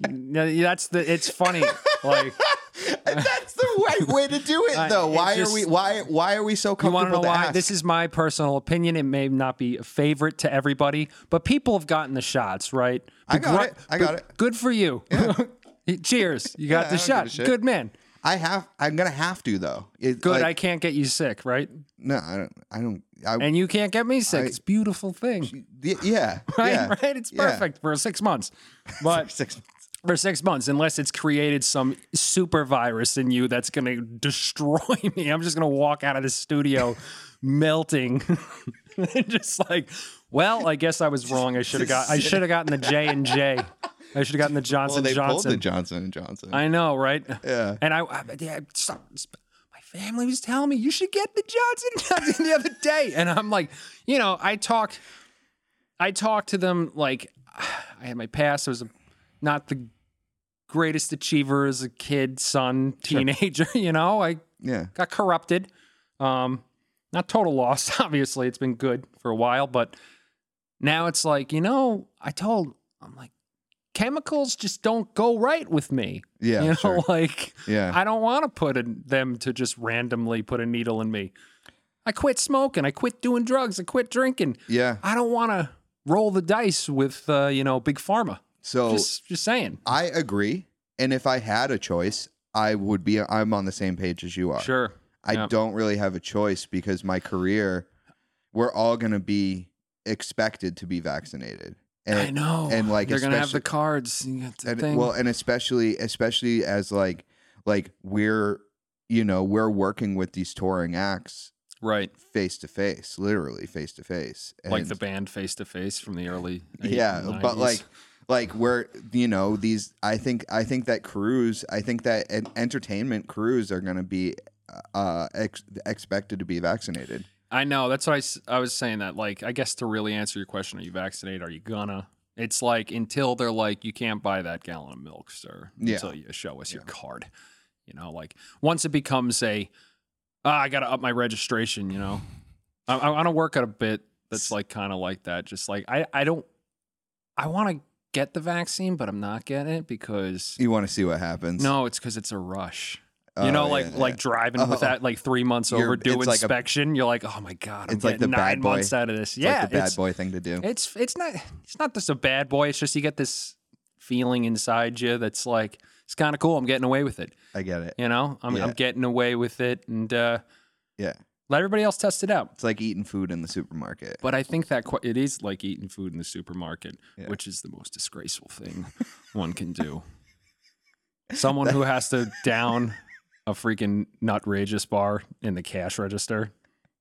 B: N- That's the. It's funny. Like
A: That's the right way to do
B: I-
A: it, though.
B: it
A: Why
B: just-
A: are we? Why why are we so
B: you want to
A: comfortable
B: know
A: to
B: why?
A: ask?
B: This is my personal opinion. It may not be a favorite to everybody, but people have gotten the shots right.
A: I got
B: Begri-
A: it. I got
B: be-
A: it.
B: Good for you. Cheers. You
A: Yeah,
B: got
A: I
B: the
A: don't give a
B: shot.
A: shit.
B: Good man.
A: I have. I'm gonna have to though. It,
B: Good.
A: like,
B: I can't get you sick, right?
A: no, I don't. I don't. I,
B: And you can't get me sick.
A: I-
B: it's a beautiful thing.
A: y- yeah,
B: Right?
A: yeah.
B: Right? It's
A: yeah.
B: perfect for six months. But
A: Six.
B: for six months unless it's created some super virus in you that's going to destroy me. I'm just going to walk out of the studio melting. And just like, well, I guess I was wrong. I should have got. I should have gotten the J and J. I should have gotten the
A: Well,
B: Johnson
A: they pulled the
B: Johnson.
A: Johnson and Johnson.
B: I know, right?
A: yeah.
B: And I, I yeah, stop. My family was telling me you should get the Johnson Johnson the other day, and I'm like, you know, I talked, I talked to them like I had my past. I was a, not the greatest achiever as a kid, son, teenager. You know, I
A: Yeah.
B: got corrupted. Um, not total loss, obviously. It's been good for a while, but now it's like, you know, I told, I'm like, chemicals just don't go right with me.
A: Yeah.
B: you know,
A: sure.
B: like,
A: Yeah.
B: I don't want to put in them to just randomly put a needle in me. I quit smoking. I quit doing drugs. I quit drinking.
A: yeah.
B: I don't want to roll the dice with, uh, you know, big pharma.
A: So
B: Just, just saying.
A: I agree. And if I had a choice, I would be, I'm on the same page as you are.
B: Sure.
A: I
B: Yeah.
A: don't really have a choice because my career, we're all going to be expected to be vaccinated. And,
B: I know.
A: and, like,
B: they're gonna have
A: especially-
B: the cards. You got the
A: and-
B: thing.
A: well, and especially, especially as like, like we're, you know, we're working with these touring acts
B: right.
A: face to face, literally face to face.
B: like
A: And-
B: the band face to face from the early
A: yeah
B: 80s,
A: but
B: 90s.
A: like like where you know these i think i think that crews i think that en- entertainment crews are going to be uh ex- expected to be vaccinated
B: i know that's why I, s- I was saying that like i guess to really answer your question are you vaccinated are you gonna it's like until they're like you can't buy that gallon of milk sir
A: Yeah.
B: until you show us your
A: Yeah.
B: card you know like once it becomes a "Ah, i gotta up my registration you know i, I want to work out a bit that's like kind of like that just like i, I don't i want to get the vaccine but i'm not getting it because
A: you want to see what happens
B: no it's because it's a rush
A: Oh,
B: You know, like
A: yeah,
B: like
A: yeah.
B: driving
A: Oh.
B: with that like three months
A: You're-
B: overdue
A: it's like a-
B: inspection. you're like, oh my god, I'm
A: It's like
B: getting
A: the bad
B: nine
A: boy.
B: months out of this.
A: It's
B: yeah,
A: like the bad
B: it's,
A: boy thing to do
B: it's it's not it's not just a bad boy. It's just you get this feeling inside you that's like it's kind of cool. I'm getting away with it.
A: i get it
B: You know, I'm
A: Yeah.
B: I'm getting away with it, and uh,
A: yeah
B: let everybody else test it out.
A: it's like eating food in the supermarket
B: But I think that qu- it is like eating food in the supermarket,
A: Yeah.
B: which is the most disgraceful thing one can do. Someone who has to down a freaking nutrageous bar in the cash register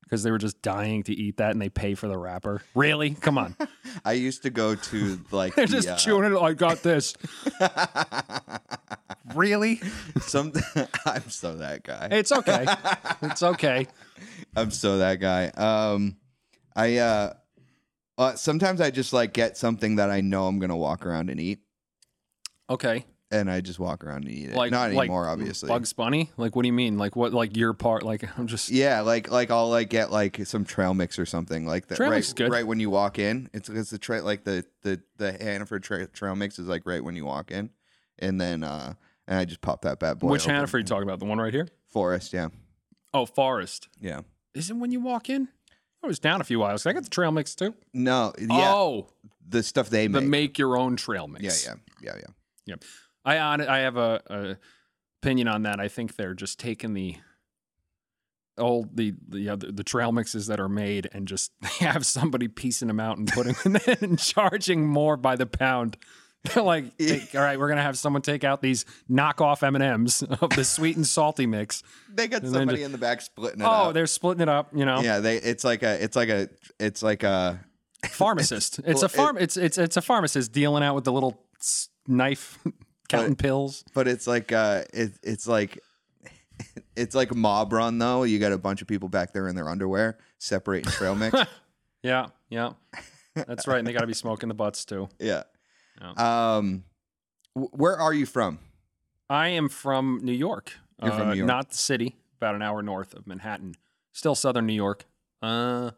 B: because they were just dying to eat that and they pay for the wrapper. Really? Come on.
A: i used to go to like
B: They're
A: the,
B: just
A: uh,
B: chewing it. I got this. really?
A: some i'm so that guy
B: It's okay. It's okay.
A: I'm so that guy. Um, I uh, uh, sometimes I just like get something that I know I'm gonna walk around and eat,
B: Okay.
A: and I just walk around and eat it.
B: Like
A: Not
B: like
A: anymore, obviously.
B: Bugs Bunny? Like what do you mean? Like what like your part like I'm just
A: Yeah, like like I'll like get like some trail mix or something like that.
B: Trail
A: right,
B: mix is good.
A: right when you walk in, it's because the trail like the the the Hannaford tra- trail mix is like right when you walk in, and then uh, and I just pop that bad boy.
B: Which
A: open.
B: Hannaford are you talking about? The one right here?
A: Forest? Yeah,
B: Oh, Forest.
A: yeah.
B: Isn't when you walk in? I was down a few aisles. Can I got the trail mix too?
A: No, yeah.
B: Oh,
A: The stuff they
B: the
A: make.
B: make your own trail
A: yeah,
B: mix.
A: yeah, yeah, yeah.
B: I on I have a, a opinion on that. I think they're just taking the old the the other the trail mixes that are made and just have somebody piecing them out and putting them in and charging more by the pound. They're like, "Hey, all right, we're gonna have someone take out these knockoff M and M's of the sweet and salty mix.
A: They got
B: And then
A: somebody
B: just-
A: in the back splitting it up.
B: Oh, they're splitting it up. You know,
A: Yeah, they. It's like a. It's like a. It's like a.
B: pharmacist. It's
A: Well,
B: a farm. it's it's it's a pharmacist dealing out with the little s- knife, counting pills.
A: But it's like uh. It, it's like. It's like mob run though. You got a bunch of people back there in their underwear, separating trail mix.
B: Yeah, yeah, that's right. And they got to be smoking the butts too.
A: yeah.
B: Yeah.
A: Um, wh- where are you from?
B: I am from New York. Uh,
A: You're from New York.
B: not the city, about an hour north of Manhattan. Still southern New York. Uh,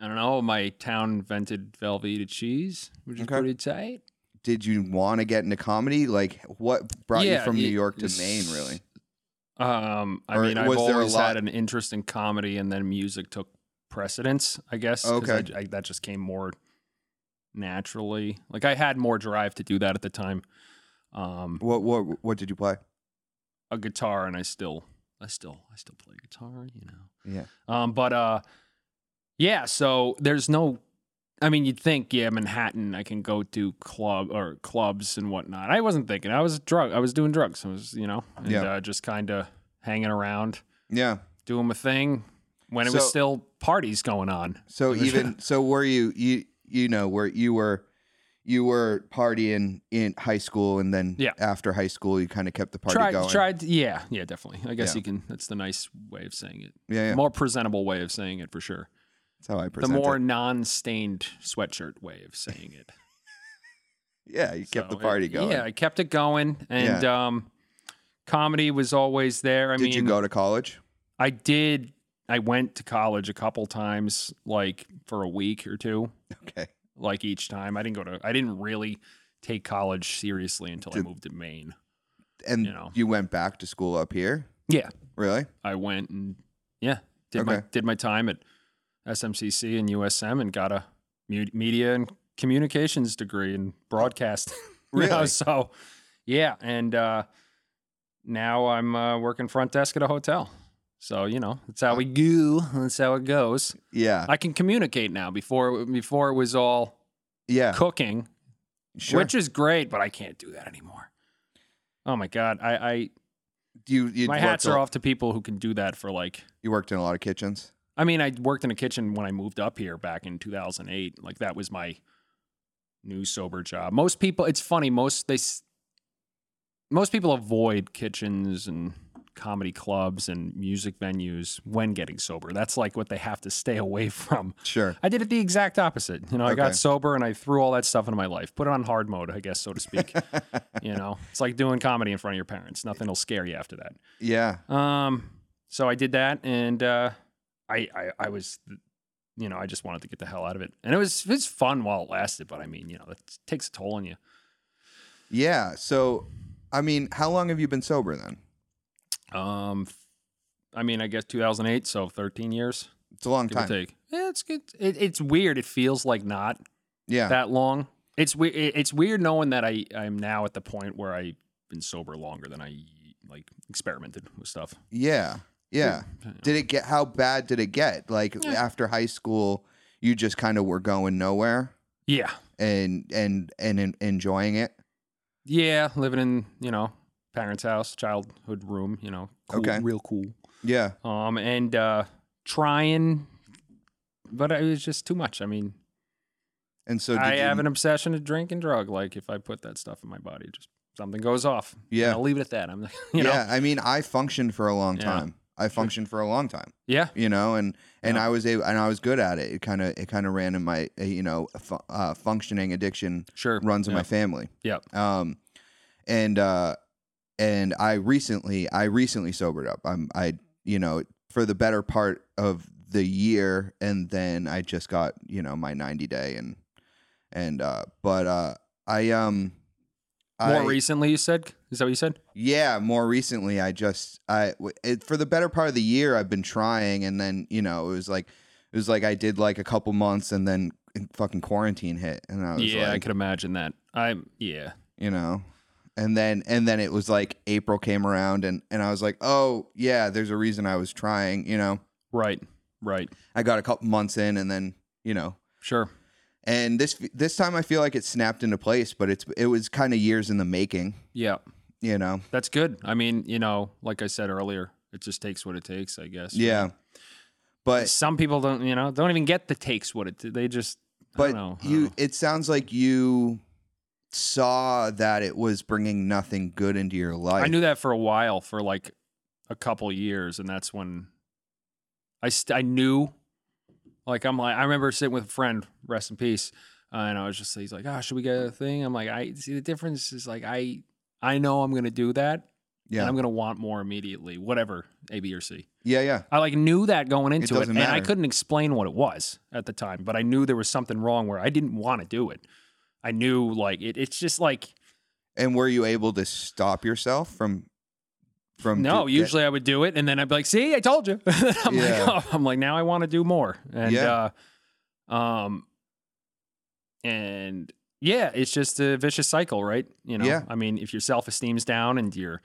B: I don't know. My town invented Velveeta cheese, which is
A: Okay.
B: pretty tight.
A: Did you want to get into comedy? Like, what brought you
B: Yeah,
A: from New
B: it-
A: York to
B: it's-
A: Maine? Really?
B: Um, I
A: Or
B: mean, I've
A: was there a
B: always
A: lot-
B: had an interest in comedy, and then music took precedence, I guess. 'cause
A: Okay.
B: I, I- that just came more naturally. Like I had more drive to do that at the time. Um,
A: What what what did you play?
B: a guitar, and I still, I still, I still play guitar. You know.
A: Yeah.
B: Um, but uh, yeah. So there's no. I mean, you'd think, yeah, Manhattan, I can go to club or clubs and whatnot. I wasn't thinking. I was drug. I was doing drugs. I was, you know, and
A: Yeah.
B: uh, just kind of hanging around
A: Yeah.
B: doing my thing when it
A: So-
B: was still parties going on.
A: So even so, were you you you know where you were you were partying in high school, and then
B: Yeah.
A: after high school, you kind of kept the party
B: tried,
A: going.
B: tried. Yeah, yeah, definitely. I guess
A: Yeah.
B: you can. That's the nice way of saying it.
A: Yeah, yeah.
B: More presentable way of saying it for sure.
A: That's how I
B: The
A: present
B: more
A: it.
B: non-stained sweatshirt way of saying it.
A: Yeah, you kept
B: So
A: the party
B: it-
A: going.
B: Yeah, I kept it going, and um, comedy was always there. I
A: Did
B: mean,
A: you go to college?
B: I did. I went to college a couple times, like for a week or two,
A: Okay.
B: like each time. I didn't go to. I didn't really take college seriously until
A: Did-
B: I moved to Maine.
A: And
B: You know.
A: you went back to school up here?
B: Yeah,
A: Really?
B: I went and yeah, did my
A: Okay.
B: did my time at SMCC and USM and got a mu- media and communications degree in broadcast. you know,
A: Really?
B: so yeah, and uh, now I'm uh, working front desk at a hotel. So you know, that's how we go. That's how it goes.
A: Yeah.
B: I can communicate now. Before before it was all
A: Yeah.
B: cooking,
A: Sure.
B: which is great, but I can't do that anymore. Oh my god, I, I
A: you you
B: my
A: worked
B: hats are
A: a-
B: off to people who can do that for like
A: You worked in a lot of kitchens.
B: I mean, I worked in a kitchen when I moved up here back in 2008. Like that was my new sober job. Most people, it's funny, most they s- most people avoid kitchens and comedy clubs and music venues when getting sober. That's like what they have to stay away from.
A: Sure.
B: I did it the exact opposite. You know, I
A: Okay.
B: got sober and I threw all that stuff into my life. Put it on hard mode, I guess, so to speak. you know, it's like doing comedy in front of your parents. Nothing will scare you after that.
A: Yeah.
B: Um, so I did that, and uh, I, I I was, you know, I just wanted to get the hell out of it, and it was it was fun while it lasted. But I mean, you know, that takes a toll on you.
A: Yeah. So, I mean, how long have you been sober then?
B: Um, f- I mean, I guess 2008, so 13 years,
A: It's a long
B: give or
A: time.
B: take. Yeah, it's good. It, it's weird. It feels like not
A: Yeah.
B: that long. It's weird. It's weird knowing that I I'm now at the point where I've been sober longer than I like experimented with stuff.
A: yeah. Yeah. Did it get how bad did it get? Like
B: Yeah.
A: after high school, you just kind of were going nowhere
B: Yeah.
A: and and and, en- enjoying it.
B: Yeah, living in you know parents' house, childhood room, you know, cool,
A: Okay.
B: real cool.
A: Yeah.
B: Um, and uh, trying, but it was just too much. I mean,
A: And so did
B: I
A: you,
B: have an obsession to drink and drug. Like if I put that stuff in my body, just something goes off. And
A: Yeah.
B: I'll leave it at that. I'm, you know,
A: Yeah, I mean, I functioned for a long
B: Yeah.
A: time. I functioned for a long time.
B: yeah,
A: you know and and
B: Yeah.
A: i was able and i was good at it it kind of it kind of ran in my uh, you know fu- uh, functioning addiction
B: sure,
A: runs in
B: yeah.
A: my family
B: Yeah.
A: um and uh and i recently i recently sobered up i'm i you know for the better part of the year and then i just got you know my 90 day and and uh but uh i um
B: More
A: I,
B: recently, you said is that what you said?
A: yeah, more recently, I just I w- it, for the better part of the year, I've been trying, and then you know it was like it was like I did like a couple months, and then fucking quarantine hit, and I was
B: yeah, I
A: like,
B: could imagine that. I'm yeah,
A: you know, and then and then it was like April came around, and and I was like, oh yeah, there's a reason I was trying, you know,
B: right, right,
A: I got a couple months in, and then you know.
B: sure,
A: And this this time I feel like it snapped into place, but it's it was kind of years in the making,
B: yeah.
A: you know.
B: That's good. I mean, you know, like I said earlier, it just takes what it takes, I guess.
A: Yeah, but
B: Some people don't, you know, don't even get the takes what it they just I
A: but
B: don't know. I don't
A: you
B: know.
A: it sounds like you saw that it was bringing nothing good into your life
B: I knew that for a while for like a couple years and that's when I st- I knew like I'm like I remember sitting with a friend, rest in peace, uh, and I was just he's like, "Ah, should we get a thing?" I'm like, "I see the difference is like I I know I'm going to do that
A: yeah
B: and I'm going to want more immediately, whatever, A B or C."
A: yeah yeah
B: I like knew that going into it,
A: doesn't
B: and I
A: matter.
B: couldn't explain what it was at the time, but I knew there was something wrong where I didn't want to do it. I knew like it, it's just like
A: and were you able to stop yourself from from
B: no.
A: do-
B: usually I would do it, and then I'd be like, "See, I told you." I'm
A: Yeah.
B: like, oh, I'm like, now I want to do more, and
A: Yeah.
B: uh, um, and yeah, it's just a vicious cycle, right? You know,
A: Yeah.
B: I mean, if your self esteem's down and you're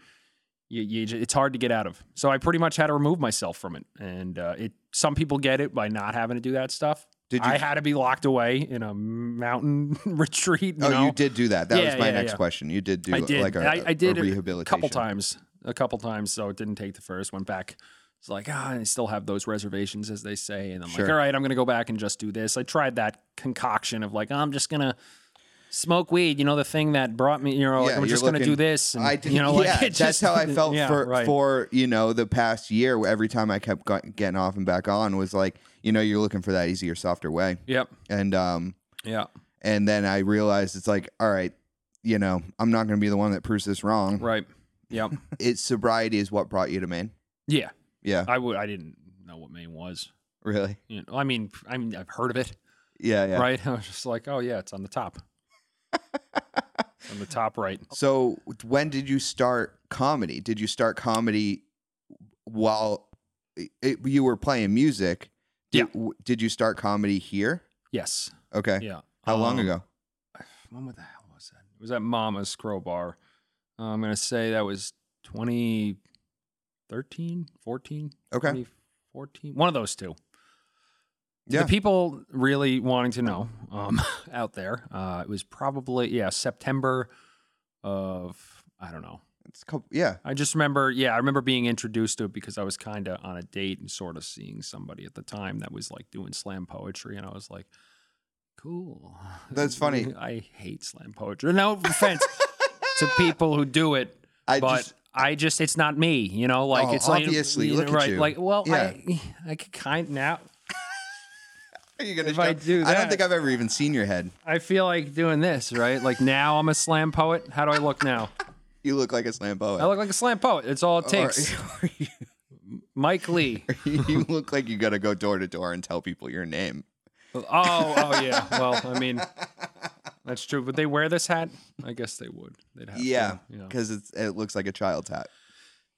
B: you, you, ju- it's hard to get out of. So I pretty much had to remove myself from it, and uh, it. Some people get it by not having to do that stuff.
A: did you
B: I had to be locked away in a mountain retreat. You
A: oh
B: know,
A: you did do that that was
B: Yeah,
A: my
B: yeah,
A: next
B: yeah.
A: question you did do
B: I did.
A: like a,
B: I- I
A: a
B: did it a
A: rehabilitation
B: a couple times, a couple times. So it didn't take the first. Went back. It's like ah, I still have those reservations, as they say. And I'm
A: Sure.
B: like, all right, I'm gonna go back and just do this. I tried that concoction of like, I'm just gonna smoke weed. You know the thing that brought me. You know, like
A: Yeah,
B: I'm
A: you're
B: just gonna
A: looking-
B: do this. And,
A: I did,
B: you know, like
A: yeah,
B: it
A: that's
B: just-
A: how I felt
B: yeah,
A: for
B: right.
A: for you know the past year. Every time I kept go- getting off and back on was like, you know, you're looking for that easier, softer way,
B: Yep.
A: and um,
B: Yeah.
A: and then I realized it's like, all right, you know, I'm not going to be the one that proves this wrong.
B: Right. Yep.
A: It's sobriety is what brought you to Maine.
B: Yeah.
A: Yeah,
B: I would. I didn't know what Maine was.
A: really.
B: You know, I mean, I mean, I've heard of it.
A: Yeah, yeah.
B: Right. I was just like, oh yeah, it's on the top. It's on the top right.
A: So when did you start comedy? Did you start comedy while it, you were playing music? Did,
B: Yeah.
A: w- Did you start comedy here?
B: Yes.
A: Okay.
B: Yeah.
A: How long
B: Um,
A: ago?
B: When what the hell was that? It was at Mama's Crowbar. Uh, I'm gonna say that was 2013, 14,
A: Okay.
B: 2014, one of those two.
A: Yeah.
B: The people really wanting to know um, out there. Uh, it was probably yeah September of I don't know.
A: It's a couple. Yeah.
B: I just remember yeah I remember being introduced to it because I was kind of on a date and sort of seeing somebody at the time that was like doing slam poetry and I was like. Cool.
A: That's funny.
B: I hate slam poetry. No offense to people who do it,
A: I
B: but
A: just
B: I just it's not me, you know. Like
A: Oh,
B: it's
A: obviously,
B: like,
A: look at
B: right,
A: you.
B: Like well,
A: Yeah.
B: I I could kind now.
A: you're gonna
B: if I
A: show-
B: do
A: I don't
B: that-
A: think I've ever even seen your head.
B: I feel like doing this, right? Like now I'm a slam poet. How do I look now?
A: You look like a slam poet.
B: I look like a slam poet. It's all it
A: Or-
B: takes.
A: or you-
B: Mike Lee.
A: you look like you gotta go door to door and tell people your name.
B: Oh, oh yeah. Well, I mean, that's true. Would they wear this hat? I guess they would. They'd have
A: Yeah,
B: to. you know.
A: because it's it looks like a child's hat.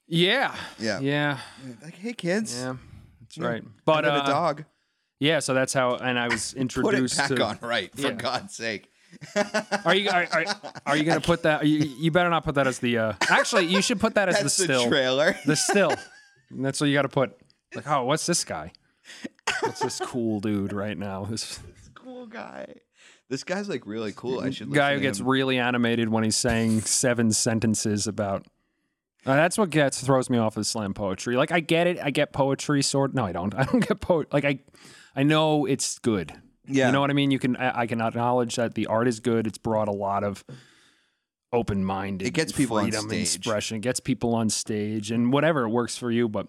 B: Yeah.
A: Yeah.
B: Yeah.
A: Like, hey kids,
B: Yeah. That's
A: Yeah.
B: right. But
A: I got
B: uh,
A: a dog.
B: yeah, so that's how. And I was
A: Put it
B: introduced
A: back
B: to.
A: on right for
B: Yeah.
A: God's sake.
B: Are you are, are, are you gonna put that? You, you better not put that as the. Uh, actually, you should put that as the
A: That's the,
B: still.
A: trailer.
B: the still. And that's what you got to put. Like, oh, what's this guy? What's this cool dude right now? This
A: cool guy. This guy's like really cool. I should
B: guy
A: listen
B: who
A: to
B: gets
A: him.
B: really animated when he's saying seven sentences about. Uh, that's what gets throws me off of slam poetry. Like, I get it. I get poetry sort. No, I don't. I don't get poet. Like, I, I know it's good.
A: yeah.
B: You know what I mean? You can. I, I can acknowledge that the art is good. It's brought a lot of open minded.
A: It gets people on
B: freedom and
A: stage.
B: expression. It gets people on stage and whatever works for you, but.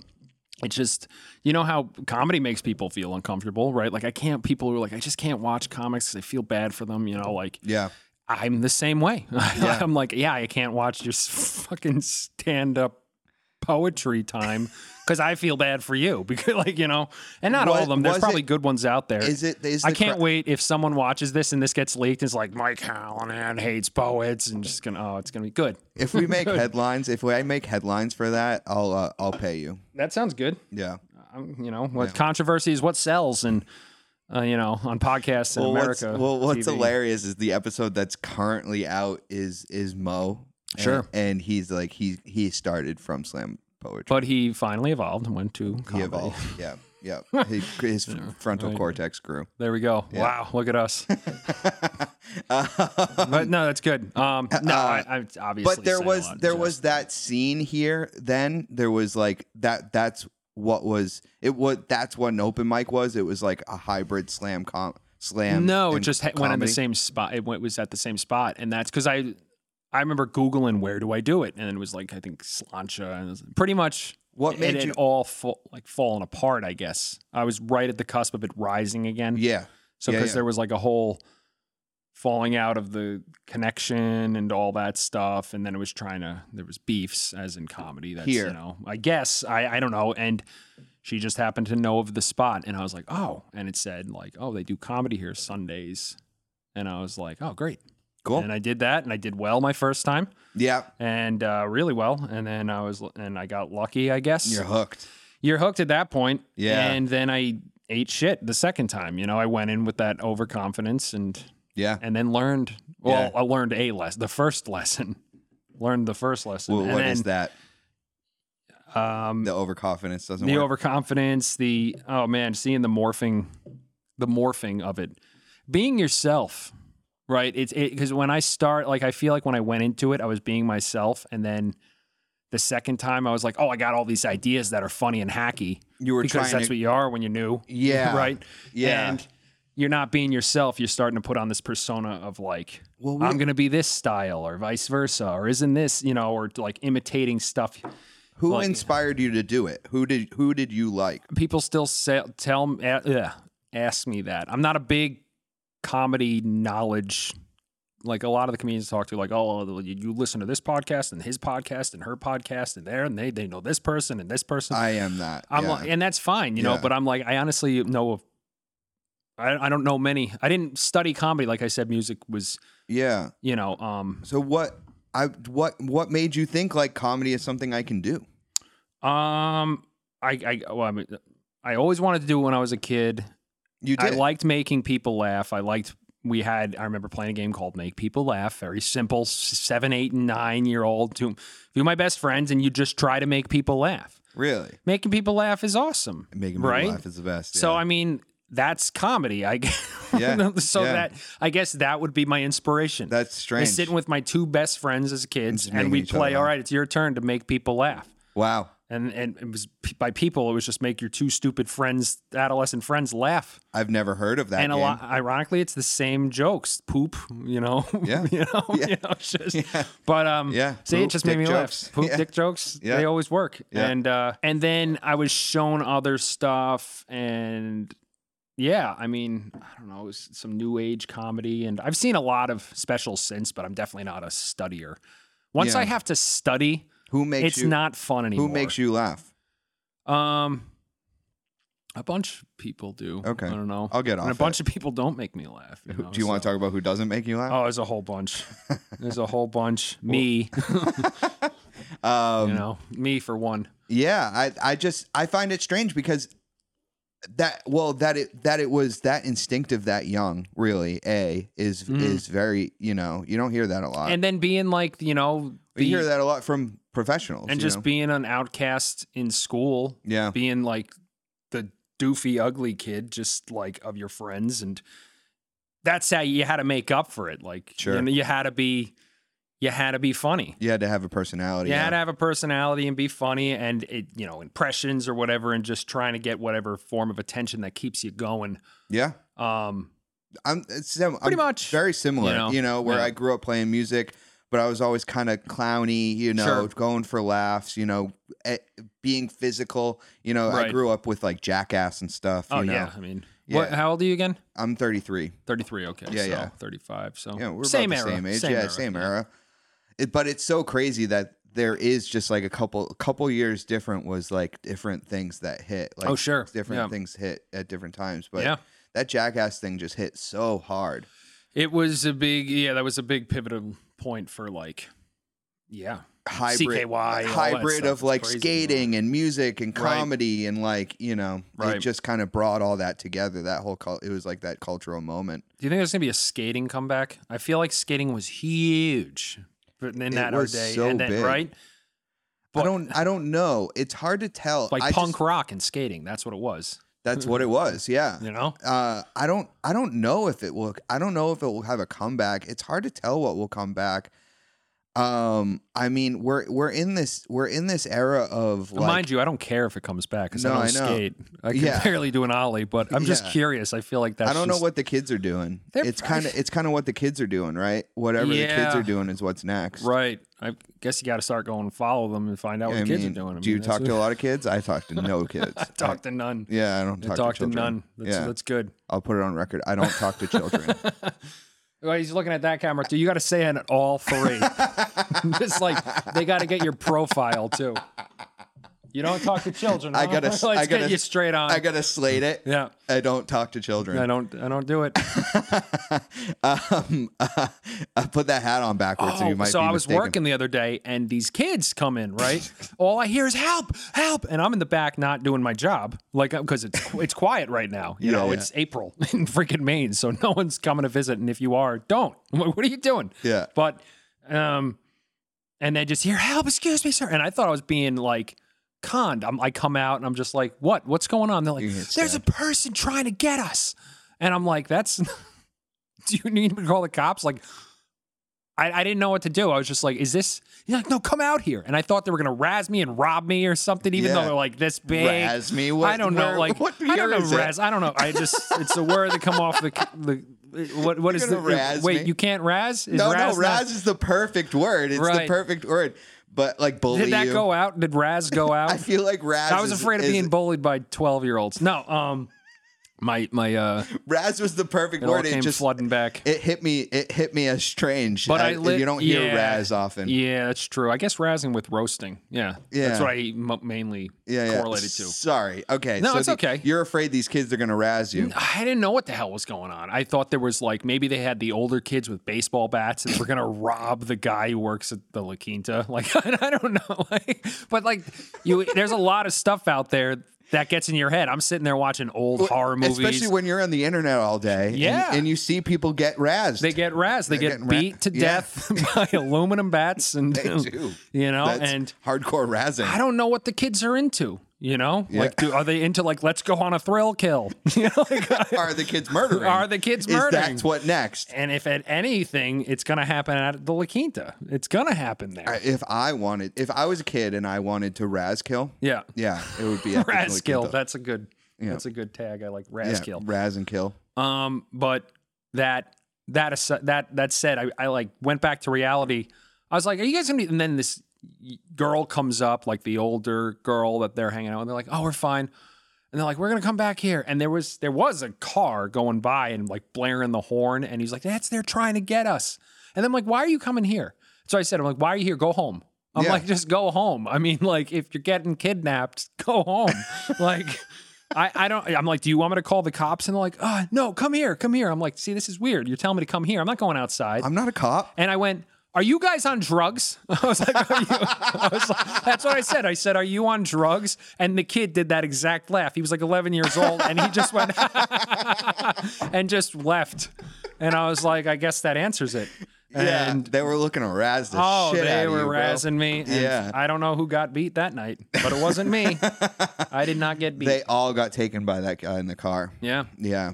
B: It's just, you know how comedy makes people feel uncomfortable, right? Like, I can't, people who are like, I just can't watch comics 'cause I feel bad for them, you know? Like,
A: yeah.
B: I'm the same way.
A: Yeah.
B: I'm like, yeah, I can't watch your s- fucking stand up poetry time because I feel bad for you. Because, like, you know, and not all
A: What-
B: of them. There's
A: was
B: probably
A: it-
B: good ones out there.
A: Is it? Is
B: I
A: the
B: can't
A: cra-
B: wait if someone watches this and this gets leaked. It's like Mike Callahan hates poets and just gonna oh, it's gonna be good.
A: If we make
B: Good.
A: headlines, if I make headlines for that, I'll uh, I'll pay you.
B: That sounds good.
A: Yeah.
B: Um, you know, what controversy is what sells and uh, you know on podcasts in
A: Well, what's,
B: America.
A: well, what's
B: TV.
A: hilarious is the episode that's currently out is is Mo. And-
B: Sure.
A: And, he's like he he started from slam poetry.
B: But he finally evolved and went to comedy.
A: he evolved. Yeah. Yeah. He, his frontal
B: right.
A: cortex grew.
B: There we go. Wow, look at us.
A: Um,
B: But Uh, no, that's good. Um, no, I, I obviously.
A: Uh, but there
B: say a
A: was
B: lot,
A: there
B: so-
A: was that scene here then there was like that that's what was it was that's what an open mic was it was like a hybrid slam com slam
B: No, it
A: and
B: just ha- went in the
A: comedy.
B: same spot. It went, was at the same spot, and that's because I, I remember googling where do I do it, and it was like I think Slancha, and it was pretty much
A: What
B: it
A: made
B: had
A: you-
B: all fa- like fallen apart. I guess I was right at the cusp of it rising again.
A: yeah
B: So
A: yeah,
B: because
A: yeah.
B: there was like a whole falling out of the connection and all that stuff, and then it was trying to there was beefs as in comedy. That's
A: Here.
B: you know, I guess I I don't know. And she just happened to know of the spot, and I was like, oh, and it said like, oh, they do comedy here Sundays, and I was like, oh, great.
A: cool
B: And I did that, and I did well my first time,
A: yeah
B: and uh, really well. And then I was, and I got lucky, I guess
A: you're hooked
B: you're hooked at that point.
A: Yeah.
B: And then I ate shit the second time. You know, I went in with that overconfidence and
A: yeah
B: and then learned. Well,
A: Yeah.
B: I learned a lesson, the first lesson. Learned the first lesson.
A: well,
B: and
A: what
B: then,
A: is that
B: Um,
A: the overconfidence doesn't
B: the
A: work
B: overconfidence, the oh man, seeing the morphing, the morphing of it, being yourself, right? It's it because when I start, like I feel like when I went into it, I was being myself, and then the second time, I was like, oh, I got all these ideas that are funny and hacky
A: you were
B: because
A: trying
B: that's
A: to
B: what you are when you're new,
A: yeah
B: right?
A: yeah
B: And you're not being yourself. You're starting to put on this persona of like,
A: Well, we,
B: I'm going to be this style or vice versa, or isn't this, you know, or like imitating stuff.
A: who
B: like-
A: inspired you to do it? Who did who did you like?
B: People still say, tell me, uh, ask me that. I'm not a big comedy knowledge. Like a lot of the comedians I talk to, like, oh, well, you- you listen to this podcast and his podcast and her podcast and there, and they, they know this person and this person.
A: I am that.
B: I'm
A: Uh, yeah.
B: like, and that's fine, you know.
A: Yeah.
B: But I'm like, I honestly know of, I, I don't know many. I didn't study comedy, like I said. Music was,
A: yeah.
B: you know, um,
A: So what I what what made you think like comedy is something I can do?
B: um, I, I, well, I mean, I always wanted to do it when I was a kid.
A: You
B: I
A: did.
B: liked making people laugh. I liked. We had. I remember playing a game called Make People Laugh. Very simple, s- seven, eight, and nine year old. Do do my best friends, and you just try to make people laugh.
A: really
B: Making people laugh is awesome.
A: making me
B: Right?
A: laugh is the best.
B: So
A: yeah.
B: I mean, that's comedy. I guess.
A: Yeah,
B: so
A: yeah.
B: that I guess that would be my inspiration.
A: that's
B: I
A: strange.
B: sit with my two best friends as kids,
A: Just making
B: and we would
A: each other
B: play. All
A: laugh.
B: right, it's your turn to make people laugh.
A: wow.
B: And and it was by people. It was just make your two stupid friends, adolescent friends, laugh.
A: I've never heard of that.
B: and a
A: game.
B: lot, ironically, it's the same jokes. Poop, you know.
A: Yeah.
B: you know.
A: Yeah.
B: You know, it's just,
A: Yeah.
B: But um,
A: Yeah.
B: See,
A: Poop,
B: it just made
A: dick
B: me
A: jokes.
B: laugh. Poop,
A: Yeah.
B: dick jokes.
A: Yeah.
B: They always work.
A: Yeah.
B: And uh, and then I was shown other stuff, and yeah, I mean, I don't know, it was some new age comedy, and I've seen a lot of specials since, but I'm definitely not a studier. Once
A: Yeah.
B: I have to study,
A: Who makes
B: it's
A: you
B: not fun anymore.
A: who makes you laugh?
B: Um, a bunch of people do.
A: Okay.
B: I don't know.
A: I'll get off.
B: And a
A: it.
B: bunch of people don't make me laugh. you
A: Who-
B: know,
A: do you want to
B: so-
A: talk about who doesn't make you laugh?
B: Oh, there's a whole bunch. There's a whole bunch. Me,
A: um,
B: Oh. you know, me for one.
A: Yeah, I I just I find it strange because that well that it that it was that instinctive that young really a is
B: Mhm.
A: is very you know you don't hear that a lot
B: And then being like, you know,
A: you hear
B: be-
A: that a lot from professionals
B: and
A: you
B: just
A: know?
B: being an outcast in school,
A: yeah
B: being like the doofy, ugly kid, just like of your friends, and that's how you had to make up for it. Like,
A: Sure.
B: you, know, you had to be, you had to be funny.
A: you had to have a personality
B: You had
A: Oh,
B: to
A: yeah.
B: have a personality and be funny and it, you know, impressions or whatever, and just trying to get whatever form of attention that keeps you going.
A: yeah
B: Um,
A: I'm it's sim-
B: Pretty
A: I'm
B: much,
A: very similar
B: you know?
A: where
B: Yeah.
A: I grew up playing music but I was always kind of clowny you know
B: Sure.
A: going for laughs you know eh, being physical you know I
B: Right.
A: grew up with like jackass and stuff you
B: oh
A: know
B: yeah, I mean, what?
A: Yeah.
B: How old are you again?
A: I'm 33
B: Thirty three. Okay,
A: Yeah,
B: so
A: yeah.
B: Thirty five. So
A: Yeah, we're
B: Oh, same
A: about the
B: era,
A: same age. yeah, same era. It, but it's so crazy that there is just like a couple a couple years different was like different things that hit. Like
B: oh sure,
A: different
B: yeah.
A: things hit at different times. But
B: yeah,
A: that jackass thing just hit so hard.
B: it was a big. Yeah, that was a big pivotal point for like, yeah,
A: Hybrid
B: CKY, all that
A: hybrid
B: stuff.
A: of
B: It's
A: like
B: crazy,
A: skating and music and
B: Right.
A: comedy and like, you know, it
B: Right.
A: just kind of brought all that together. That whole cul- it was like that cultural moment.
B: Do you think there's gonna be a skating comeback? I feel like skating was huge, but in
A: It
B: that
A: was
B: our day,
A: so
B: and then
A: big.
B: right,
A: I
B: But-
A: don't I don't know. It's hard to tell.
B: like
A: I
B: punk
A: just-
B: rock and skating. That's what it was.
A: that's what it was. Yeah.
B: You know,
A: uh, I don't I don't know if it will I don't know if it will have a comeback. It's hard to tell what will come back. Um, I mean we're we're in this we're in this era of like
B: mind you, I don't care if it comes back because
A: No, I
B: I don't
A: know.
B: skate. I can
A: Yeah.
B: barely do an ollie, but I'm just
A: Yeah.
B: curious. I feel like that's
A: I don't
B: just-
A: know what the kids are doing.
B: They're-
A: It's kind of it's kind of what the kids are doing, right? Whatever the kids
B: Yeah.
A: are doing is what's next.
B: Right. I guess you got to start going and follow them and find out
A: I
B: what the kids
A: mean,
B: are doing. I
A: do you
B: mean,
A: talk
B: that's
A: to a
B: what-
A: lot of kids? I talk to no kids.
B: I talk to none.
A: yeah, I don't talk,
B: I talk to,
A: children.
B: none. That's,
A: Yeah.
B: that's good.
A: I'll put it on record. I don't talk to children.
B: Uh, Well, he's looking at that camera too. You got to say it at all three. Just like they got to get your profile too. You don't talk to children.
A: I
B: huh?
A: gotta-
B: Let's
A: I gotta-
B: get you straight on.
A: I gotta slate it.
B: yeah.
A: I don't talk to children.
B: I don't. I don't do it.
A: um, I put that hat on backwards, and you
B: Oh,
A: might.
B: so
A: be
B: I was
A: mistaken.
B: working the other day, and these kids come in. Right, all I hear is help, help, and I'm in the back not doing my job, like because it's it's quiet right now. You
A: Yeah,
B: know,
A: yeah.
B: it's April in freaking Maine, so no one's coming to visit. And if you are, don't. What what are you doing?
A: Yeah,
B: But, um, and they just hear help, excuse me, sir, and I thought I was being like conned. I'm, I come out and I'm just like, what? What's going on? They're like,
A: You get
B: there's a person trying to get us, and I'm like, that's. Do you need me to call the cops? Like, I, I didn't know what to do. I was just like, is this? He's like, no, come out here. And I thought they were going to razz me and rob me or something, even
A: Yeah.
B: though they're like this big.
A: Razz me? What-
B: I don't
A: where-
B: know. Like,
A: what
B: I
A: year
B: don't know,
A: is it?
B: razz. I don't know. I just, it's a word that come off the, the what, what is
A: You're
B: the,
A: gonna razz
B: wait,
A: me.
B: you can't razz? Is
A: No,
B: razz
A: no,
B: not-
A: Raz is the perfect word. It's the
B: Right.
A: perfect word. But like bully
B: Did that
A: you.
B: go out? Did razz go out?
A: I feel like Raz.
B: I was
A: is-
B: afraid of
A: is-
B: being bullied by 12 year olds. No, um, my, my, uh,
A: Raz was the perfect
B: it all
A: word. It
B: came
A: just
B: flooding back.
A: it hit me. It hit me as strange.
B: But I,
A: you don't hear Raz often.
B: Yeah, that's true. I guess razzing with roasting. Yeah,
A: Yeah.
B: that's what I m- mainly
A: Yeah, yeah.
B: correlated to.
A: Sorry. Okay.
B: No,
A: so
B: it's
A: the-
B: okay.
A: You're afraid these kids are gonna razz you.
B: I didn't know what the hell was going on. I thought there was like maybe they had the older kids with baseball bats and we're gonna rob the guy who works at the La Quinta. Like I don't know, like, but like you, there's a lot of stuff out there that gets in your head. I'm sitting there watching old horror movies.
A: Especially when you're on the internet all day. and-
B: Yeah.
A: And, you see people get razzed.
B: they get razzed. They
A: They're
B: get
A: getting ra-
B: beat to
A: Yeah.
B: death by aluminum bats, and
A: do.
B: you know,
A: That's
B: and
A: hardcore razzing.
B: I don't know what the kids are into. You know,
A: Yeah.
B: like do, are they into like let's go on a thrill kill? You know, like,
A: are the kids murdering?
B: Are the kids
A: Is
B: murdering?
A: That's what next.
B: and if at anything, it's gonna happen at the La Quinta. It's gonna happen there.
A: I- If I wanted, if I was a kid and I wanted to razz kill,
B: yeah,
A: yeah, it would be at the
B: Razz kill.
A: Kill.
B: That's a good. That's a good tag. I like Razz
A: yeah,
B: kill.
A: razz and kill.
B: Um, but that that as- that that said, I, I like went back to reality. I was like, "Are you guys gonna?" be-" And then this girl comes up, like the older girl that they're hanging out, with. they're like, "Oh, we're fine." And they're like, "We're gonna come back here." And there was there was a car going by and like blaring the horn, and he's like, "That's they're trying to get us." And I'm like, "Why are you coming here?" So I said, "I'm like, why are you here? Go home." I'm
A: Yeah.
B: like, just go home. I mean, like, if you're getting kidnapped, go home. like, I, I don't. I'm like, do you want me to call the cops? And they're like, oh, no, come here, come here. I'm like, see, this is weird. You're telling me to come here. I'm not going outside.
A: I'm not a cop.
B: and I went, are you guys on drugs? I was like, are you? I was like that's what I said. I said, are you on drugs? And the kid did that exact laugh. He was like 11 years old, and he just went and just left. And I was like, I guess that answers it.
A: Yeah,
B: And
A: they were looking to razz the
B: Oh,
A: shit
B: they
A: out
B: were
A: of you, bro.
B: razzing me. And
A: Yeah.
B: I don't know who got beat that night, but it wasn't me. I did not get beat.
A: They all got taken by that guy in the car.
B: yeah.
A: Yeah.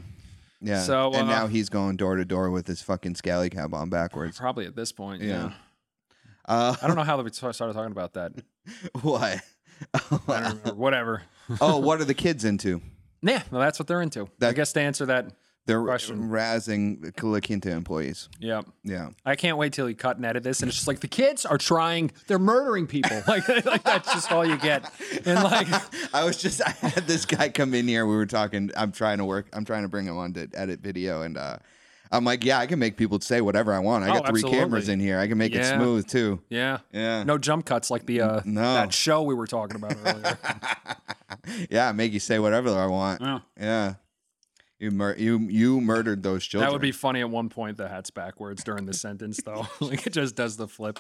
A: Yeah.
B: So,
A: and
B: uh,
A: now he's going door to door with his fucking scally cap on backwards.
B: Probably at this point.
A: Yeah.
B: Yeah.
A: Uh,
B: I don't know how we started talking about that.
A: what?
B: I don't remember. Whatever.
A: oh, what are the kids into?
B: Yeah, well, that's what they're into. I guess to answer that,
A: They're
B: Question.
A: razzing La Quinta employees.
B: yeah.
A: Yeah.
B: I can't wait till you cut and edit this, and it's just like the kids are trying. They're murdering people. Like, like that's just all you get. And like,
A: I was just I had this guy come in here. We were talking. I'm trying to work. I'm trying to bring him on to edit video, and uh, I'm like, yeah, I can make people say whatever I want. I got
B: Oh,
A: three
B: absolutely.
A: cameras in here. I can make it
B: Yeah.
A: smooth too.
B: yeah,
A: Yeah.
B: no jump cuts like the uh,
A: No.
B: that show we were talking about earlier.
A: Yeah, make you say whatever I want.
B: Yeah.
A: Yeah. You mur- you you murdered those children.
B: That would be funny at one point. The hat's backwards during the sentence, though. like it just does the flip.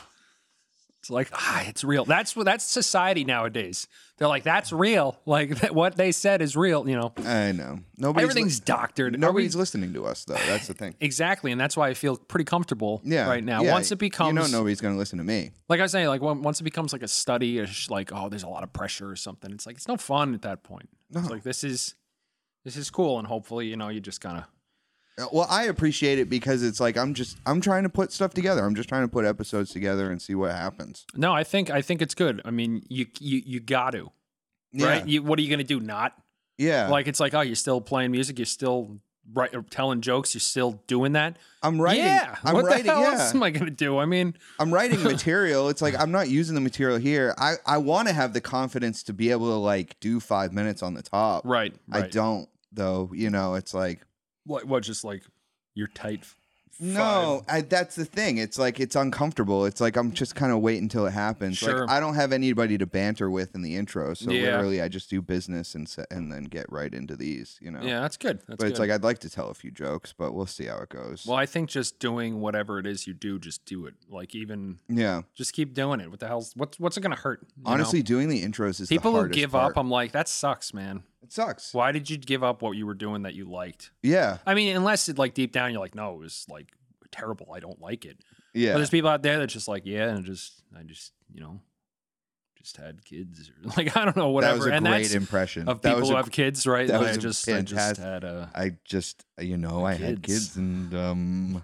B: It's like ah, it's real. That's what that's society nowadays. They're like that's real. Like that, what they said is real. You know,
A: I know. Nobody's
B: everything's doctored. Are we-
A: nobody's listening to us though. That's the thing.
B: exactly, and that's why I feel pretty comfortable
A: Yeah.
B: right now.
A: Yeah.
B: Once it becomes
A: you know nobody's going to listen to me.
B: like I was saying, like on- once it becomes like a study, ish, like oh, there's a lot of pressure or something. It's like it's no fun at that point. It's like this is this is cool, and hopefully, you know, you just kind of
A: Uh, Well, I appreciate it because it's like I'm just I'm trying to put stuff together. I'm just trying to put episodes together and see what happens.
B: no. I think I think it's good. I mean, you you you got to
A: Yeah.
B: right. You, what are you gonna do? Not
A: Yeah.
B: like it's like oh you're still playing music you're still write, or telling jokes you're still doing that
A: I'm writing.
B: yeah
A: I'm
B: what
A: writing.
B: the hell
A: yeah.
B: else am i gonna do i mean
A: I'm writing material. It's like I'm not using the material here. I I want to have the confidence to be able to like do five minutes on the top.
B: right right
A: I don't though. You know, it's like
B: what, what just like you're tight f-
A: no. I, that's the thing. It's like it's uncomfortable. It's like I'm just kind of waiting until it happens. Like
B: Sure.
A: I don't have anybody to banter with in the intro, so
B: Yeah.
A: literally I just do business and se- and then get right into these. You know.
B: five. yeah that's good that's
A: But it's
B: good.
A: like I'd like to tell a few jokes, but we'll see how it goes.
B: well i think just doing whatever it is you do just do it like even
A: yeah.
B: just keep doing it what the hell's what's what's it gonna hurt you know?
A: Honestly, doing the intros is
B: people
A: the
B: who
A: hardest
B: give
A: part.
B: up i'm like that sucks man
A: It sucks.
B: why did you give up what you were doing that you liked
A: Yeah.
B: i mean unless it like deep down you're like no it was like terrible i don't like it
A: Yeah.
B: But there's people out there that's just like, yeah, and just I just you know, just had kids or like I don't know whatever.
A: That was a
B: and
A: great
B: that's
A: impression.
B: of
A: that
B: people
A: was
B: who
A: a-
B: have kids, right?
A: that
B: Like,
A: was a
B: I just I just
A: fantastic-
B: had a
A: I just, you know, I had
B: Kids.
A: kids and um,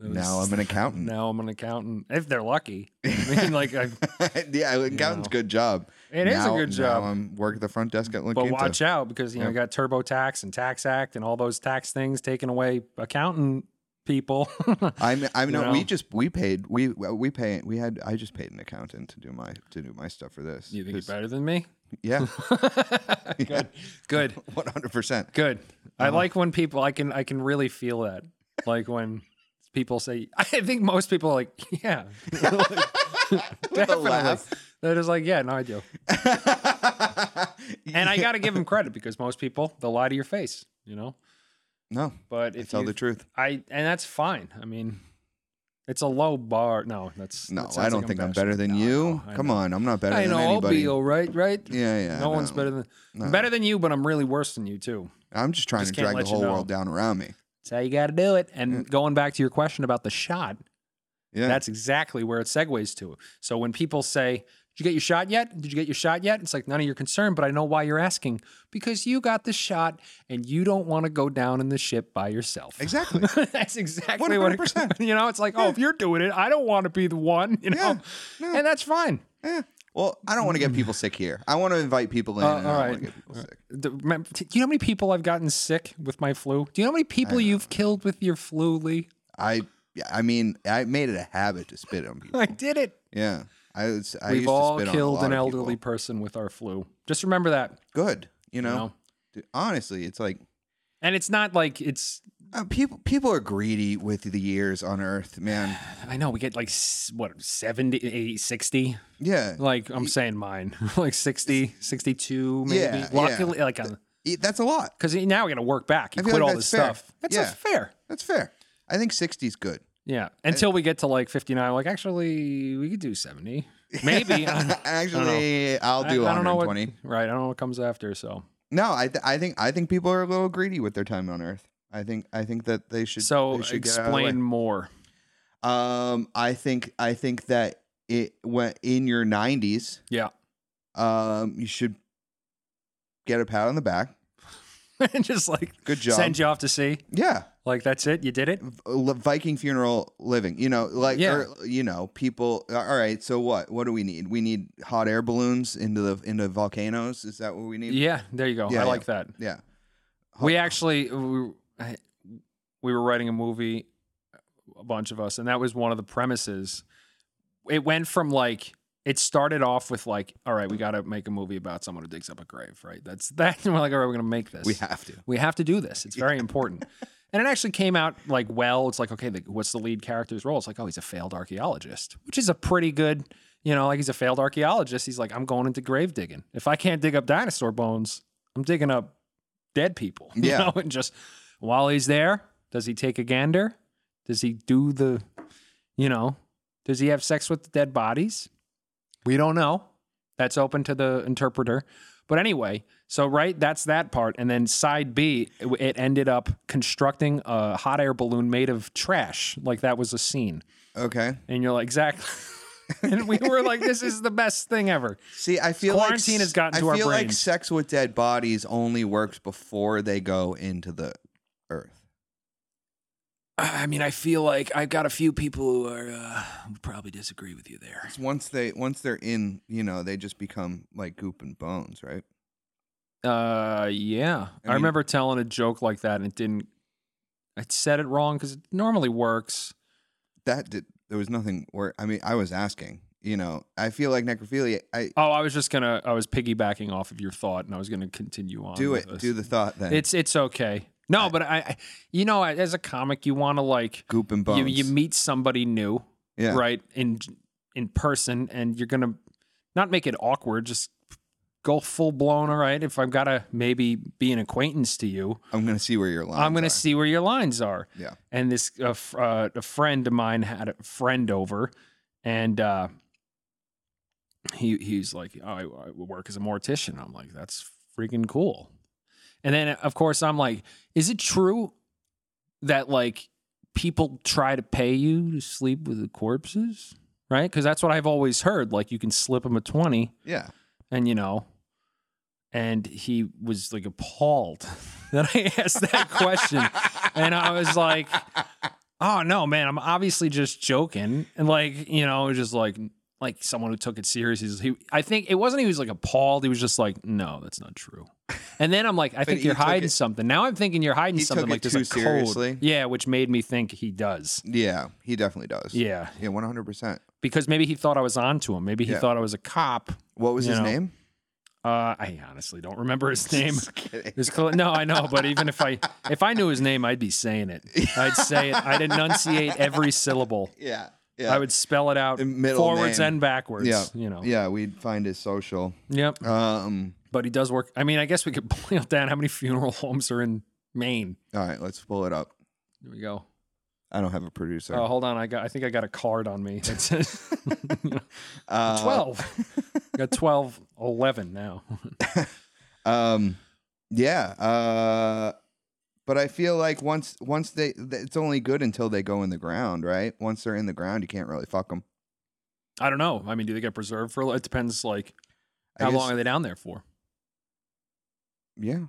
B: It
A: now
B: was-
A: I'm an accountant.
B: now I'm an accountant. If they're lucky, I mean, like, I,
A: yeah, accountant's
B: No.
A: good job.
B: it is
A: Now-
B: a good
A: now
B: job.
A: I'm work at the front desk at La
B: but
A: Quinta.
B: watch out because you know
A: Yeah.
B: you got TurboTax and Tax Act and all those tax things taking away accountant people.
A: I mean, I mean,
B: You
A: no, we
B: know?
A: just we paid we we pay we had I just paid an accountant to do my to do my stuff for this.
B: you think you're
A: 'Cause-
B: better than me?
A: Yeah,
B: good, good,
A: one hundred percent.
B: good. I
A: Uh-huh.
B: like when people. I can I can really feel that. Like when people say, I think most people are like, yeah, definitely.
A: laugh.
B: They're just like, yeah, no, I do. And I got to give them credit because most people they'll lie to your face, you know.
A: no.
B: But
A: I
B: if
A: tell
B: you
A: the truth.
B: I and that's fine. I mean, it's a low bar. No, that's
A: No, I
B: that sounds
A: don't
B: like
A: think I'm
B: bashing.
A: better than
B: No,
A: you.
B: no, I
A: Come
B: know.
A: on, I'm not better
B: I
A: than
B: know I'll
A: anybody.
B: be all right, right?
A: Yeah, yeah.
B: no, one's better than
A: no.
B: better than you, but I'm really worse than you too.
A: I'm just trying
B: Just
A: to
B: can't
A: drag the
B: let you
A: whole
B: know.
A: world down around me.
B: That's how you got to do it. And going back to your question about the shot,
A: Yeah,
B: that's exactly where it segues to. So when people say, "Did you get your shot yet? Did you get your shot yet?" It's like none of your concern, but I know why you're asking because you got the shot and you don't want to go down in the ship by yourself.
A: exactly.
B: that's exactly what it
A: 100%.
B: You know, it's like, oh, if you're doing it, I don't want to be the one, you know?
A: Yeah.
B: And that's fine.
A: Yeah. Well, I don't want to get people sick here. I want to invite people in.
B: Uh,
A: and I
B: all
A: don't want
B: right.
A: to get people sick.
B: The- remem- Do you know how many people I've gotten sick with my flu? Do you know how many people you've killed with your flu, Lee?
A: I, yeah, I mean, I made it a habit to spit on people.
B: I did it.
A: Yeah, I, was, I used
B: We've
A: to
B: all
A: spit on a
B: killed
A: lot
B: an
A: of
B: elderly
A: people.
B: person with our flu. Just remember that.
A: Good, you know.
B: You know?
A: Dude, Honestly, it's like
B: And it's not like it's,
A: uh, people. People are greedy with the years on Earth, man.
B: I know we get like, s- what, 70, 80, 60?
A: Yeah,
B: Like, I'm saying mine, like 60, 62, maybe.
A: Yeah, yeah.
B: Luckily, like, on.
A: E- that's a lot.
B: Because now we got to work back.
A: I
B: You
A: feel
B: quit
A: like
B: all
A: that's
B: this
A: fair.
B: stuff. That's
A: Yeah.
B: not fair.
A: That's fair. I think 60's good.
B: Yeah. Until we get to like 59, like actually, we could do 70. Maybe. I don't-
A: Actually, I'll do
B: I don't know what.
A: 120.
B: Right. I don't know what comes after. So,
A: No, I, th- I think I think people are a little greedy with their time on Earth. I think I think that they should.
B: so
A: they should get out of the way.
B: explain more.
A: Um, I think I think that it went in your 90s.
B: Yeah.
A: Um, you should get a pat on the back.
B: And just like
A: Good job. Mm-hmm.
B: send you off to sea.
A: yeah,
B: Like that's it. You did it.
A: L- Viking funeral living. You know, like
B: Yeah.
A: or, you know, people. All right, so what? What do we need? We need hot air balloons into the into volcanoes. Is that what we need?
B: Yeah. There you go.
A: Yeah,
B: I
A: yeah.
B: like that.
A: Yeah.
B: We actually we, I- we were writing a movie, a bunch of us, and that was one of the premises. It went from like it started off with like, all right, we got to make a movie about someone who digs up a grave, right? That's that. And we're like, all right, we're gonna make this.
A: We have to.
B: We have to do this. It's very important. And it actually came out like well. It's like okay, the, what's the lead character's role? It's like oh, he's a failed archaeologist, which is a pretty good, you know, like he's a failed archaeologist. He's like I'm going into grave digging. If I can't dig up dinosaur bones, I'm digging up dead people. You
A: Yeah.
B: know? and just while he's there, does he take a gander? Does he do the, you know, does he have sex with the dead bodies? We don't know. That's open to the interpreter. But anyway, so right, that's that part. And then side B, it- it ended up constructing a hot air balloon made of trash. Like that was a scene.
A: Okay.
B: And you're like, exactly. and we were like, this is the best thing ever.
A: See, I feel
B: Quarantine
A: like
B: has gotten to
A: I
B: our
A: feel like
B: brains.
A: sex with dead bodies only works before they go into the earth.
B: I mean, I feel like I've got a few people who are uh, probably disagree with you there.
A: 'Cause Once they once they're in, you know, they just become like goop and bones, right?
B: Uh, yeah. I,
A: mean-
B: remember telling a joke like that and it didn't. I said it wrong because it normally works.
A: That did there was nothing where I mean, I was asking, you know, I feel like necrophilia I
B: Oh, I was just gonna. I was piggybacking off of your thought, and I was gonna continue on.
A: do
B: with
A: it,
B: this.
A: do the thought then.
B: It's it's okay. No, but I, I you know, I- as a comic, you want to like
A: goop and bones.
B: you, you meet somebody new,
A: yeah.
B: right? In in person, and you're gonna not make it awkward. Just go full blown. All right, if I've gotta maybe be an acquaintance to you,
A: I'm gonna see where you're lying.
B: I'm gonna see where your lines are.
A: Yeah.
B: And this uh, f- uh, a friend of mine had a friend over, and uh, he he's like, "Oh, I, I work as a mortician." I'm like, "That's freaking cool." And then of course I'm like, "Is it true that like people try to pay you to sleep with the corpses?" Right? Because that's what I've always heard. Like you can slip them a twenty
A: Yeah.
B: and you know and he was like appalled that i asked that question and i was like oh no, man, I'm obviously just joking. And like, you know, just like like someone who took it serious. He's he I think it wasn't he was like appalled. He was just like, no, that's not true. And then I'm like, I think
A: he
B: you're
A: took
B: hiding
A: it-
B: something. Now I'm thinking you're hiding
A: He
B: something
A: took it
B: like there's
A: too
B: a code.
A: seriously.
B: Yeah, which made me think he does.
A: Yeah, he definitely does.
B: Yeah.
A: yeah, one hundred percent.
B: Because maybe he thought I was onto him. Maybe he
A: Yeah.
B: thought I was a cop.
A: What was
B: You
A: his
B: know,
A: name?
B: Uh, I honestly don't remember his name.
A: Just kidding.
B: His cl- no, I know, but even if I if I knew his name, I'd be saying it. I'd say it. I'd enunciate every syllable.
A: Yeah, yeah,
B: I would spell it out
A: The middle
B: forwards
A: name.
B: and backwards.
A: Yeah.
B: You know.
A: yeah. We'd find his social.
B: Yep.
A: Um,
B: But he does work. I mean, I guess we could boil down how many funeral homes are in Maine.
A: all right, let's pull it up.
B: Here we go.
A: I don't have a producer.
B: Oh, hold on. I got. I think I got a card on me. That says
A: Uh,
B: twelve. got 12, 11 now.
A: Um, yeah. Uh, but I feel like once once they, th- it's only good until they go in the ground, right? Once they're in the ground, you can't really fuck them.
B: I don't know. I mean, do they get preserved for? It depends. Like,
A: I
B: how
A: guess-
B: long are they down there for?
A: Yeah.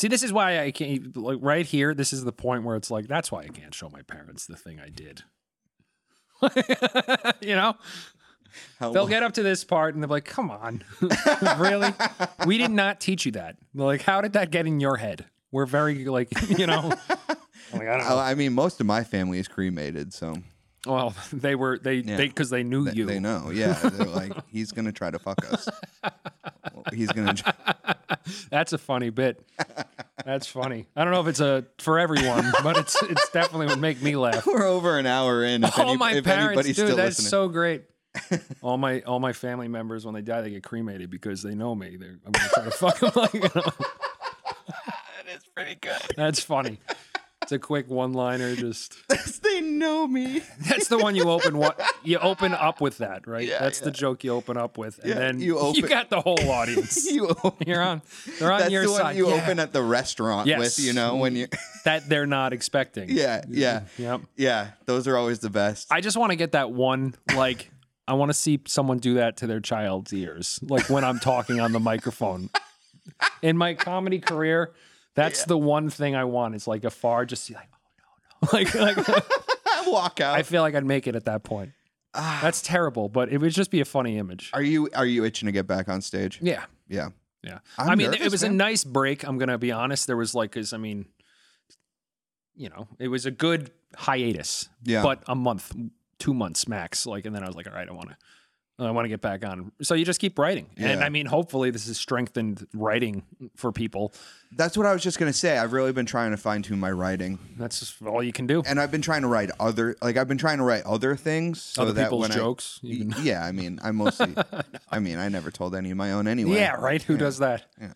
B: See, this is why I can't. Like right here, this is the point where it's like that's why I can't show my parents the thing I did. you know,
A: How
B: they'll
A: long-
B: get up to this part and they're like, "Come on, really? We did not teach you that. They're like, how did that get in your head? We're very like, you know." I'm like, I don't know.
A: I I mean, most of my family is cremated, so
B: Well, they were they
A: Yeah.
B: they because they knew
A: they,
B: you.
A: they know. Yeah, they're like, he's gonna try to fuck us. Well, he's gonna. Try-
B: That's a funny bit. That's funny. I don't know if it's a for everyone, but it's it's definitely would make me laugh.
A: We're over an hour in. If,
B: all
A: any-
B: my
A: if
B: parents,
A: anybody's
B: dude,
A: still
B: that's
A: listening,
B: so great. all my all my family members, when they die, they get cremated because they know me. They're, I'm gonna try to fuck them. Like, you know,
A: that is pretty good.
B: that's funny. It's a quick one-liner. Just
A: they know me.
B: that's the one you open. What you open up with that, right?
A: Yeah,
B: that's
A: yeah.
B: the joke you open up with, and
A: Yeah,
B: then
A: you
B: you,
A: open-
B: got the whole audience.
A: you open,
B: You're on. They're on
A: that's
B: your
A: the one
B: side.
A: you
B: Yeah.
A: open at the restaurant
B: Yes.
A: with. You know when you.
B: that they're not expecting.
A: Yeah, yeah,
B: Yep.
A: yeah. Those are always the best.
B: I just want to get that one like I want to see someone do that to their child's ears like when I'm talking on the microphone. In my comedy career, that's the one thing I want is like a far just see like oh no no. Like, like
A: I walk out.
B: I feel like I'd make it at that point.
A: Ah.
B: That's terrible, but it would just be a funny image.
A: are you are you itching to get back on stage?
B: Yeah.
A: Yeah.
B: Yeah.
A: I'm
B: i mean,
A: nervous,
B: it was
A: man.
B: a nice break. I'm going to be honest. There was like, cause I mean, you know, it was a good hiatus,
A: Yeah.
B: but a month, two months max. Like, and then I was like, all right, I want to, I want to get back on. So you just keep writing. And
A: Yeah.
B: I mean, hopefully this is strengthened writing for people.
A: That's what I was just gonna say. I've really been trying to fine tune my writing,
B: That's just all you can do.
A: and I've been trying to write other like I've been trying to write other things so
B: Other
A: that
B: people's
A: when
B: jokes.
A: I
B: you can-
A: yeah, I mean, I mostly, I mean, I never told any of my own anyway.
B: yeah. Right. Who does that?
A: Yeah.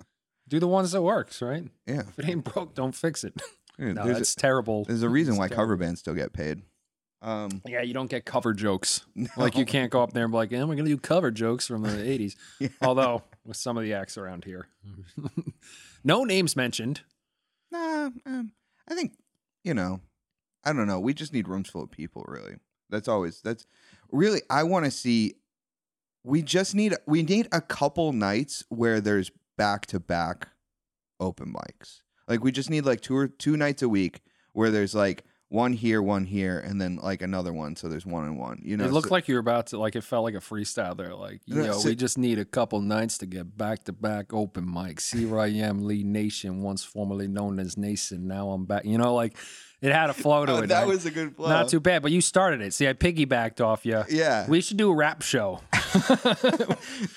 B: Do the ones that works. Right.
A: yeah.
B: If it ain't broke, don't fix it.
A: Dude,
B: No,
A: there's,
B: that's
A: a,
B: terrible.
A: there's a reason why cover bands still get paid. Um,
B: Yeah, you don't get cover jokes. Like you can't go up there and be like, "And we're gonna do cover jokes from the '80s." Although with some of the acts around here, no names mentioned.
A: nah, um, I think you know, I don't know. We just need rooms full of people. Really, that's always that's really. I want to see. We just need we need a couple nights where there's back to back open mics. Like we just need like two or two nights a week where there's like one here, one here, and then like another one. So there's one and one. You know,
B: it looked
A: so-
B: like you were about to like. It felt like a freestyle. There, like,
A: No,
B: you know,
A: so-
B: we just need a couple nights to get back to back open mics. Here I am, Lee Nation, once formerly known as Nason. Now I'm back. You know, like it had a flow to
A: Oh,
B: it.
A: that
B: I-
A: was a good flow.
B: not too bad, but you started it. See, I piggybacked off you.
A: Yeah.
B: We should do a rap show.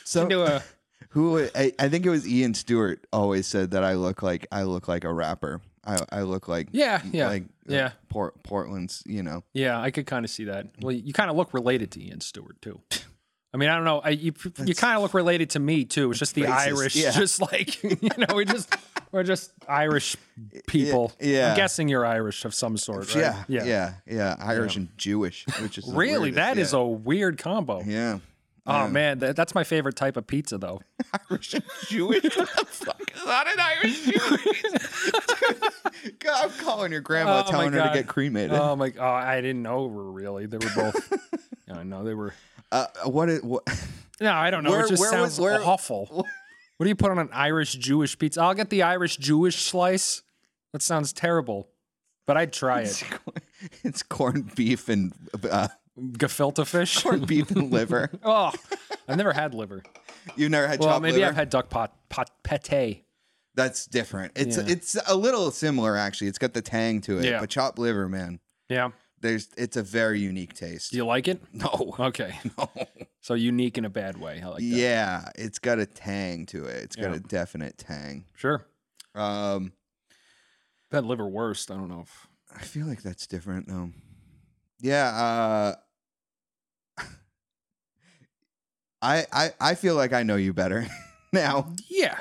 A: So-
B: do a
A: Who I, I think it was Ian Stewart always said that I look like I look like a rapper. I, I look like
B: yeah, yeah,
A: like uh,
B: yeah.
A: Port, Portland's you know
B: Yeah, I could kind of see that.
A: Mm-hmm.
B: Well, you kind of look related to Ian Stewart too. I mean, I don't know. I, you you kind of look related to me too. It's just the
A: racist.
B: Irish,
A: Yeah.
B: just like you know, we just we're just Irish people.
A: yeah.
B: I'm guessing you're Irish of some sort, right?
A: yeah yeah yeah, Irish and Jewish which is the
B: Really,
A: weirdest,
B: that
A: yeah.
B: is a weird combo.
A: yeah
B: Oh man, that, that's my favorite type of pizza though.
A: Irish and Jewish what the fuck is that an Irish Jewish God, I'm calling your grandma
B: Oh, my
A: telling her to
B: God.
A: get cremated.
B: Oh my, oh, I didn't know were really. They were both. I know they were.
A: uh, what is what?
B: No, I don't know.
A: Where-
B: it just
A: where
B: sounds
A: was- where-
B: awful. What do you put on an Irish Jewish pizza? I'll get the Irish Jewish slice. That sounds terrible. but I'd try
A: It's,
B: it.
A: cor- it's corned beef and uh,
B: Gefilte fish.
A: corned beef and liver.
B: oh, I've never had liver.
A: You've never had
B: Well,
A: chopped
B: maybe
A: liver.
B: I've had duck pot, pot pate.
A: That's different. It's
B: Yeah.
A: it's a little similar actually. It's got the tang to it.
B: Yeah.
A: But chopped liver, man.
B: Yeah.
A: There's it's a very unique taste.
B: Do you like it?
A: No.
B: Okay.
A: No.
B: So unique in a bad way. I like that.
A: yeah, it's got a tang to it. It's got
B: Yeah.
A: a definite tang.
B: Sure.
A: Um
B: That liver worst. I don't know if
A: I feel like that's different though. Yeah, uh I I I feel like I know you better now.
B: Yeah.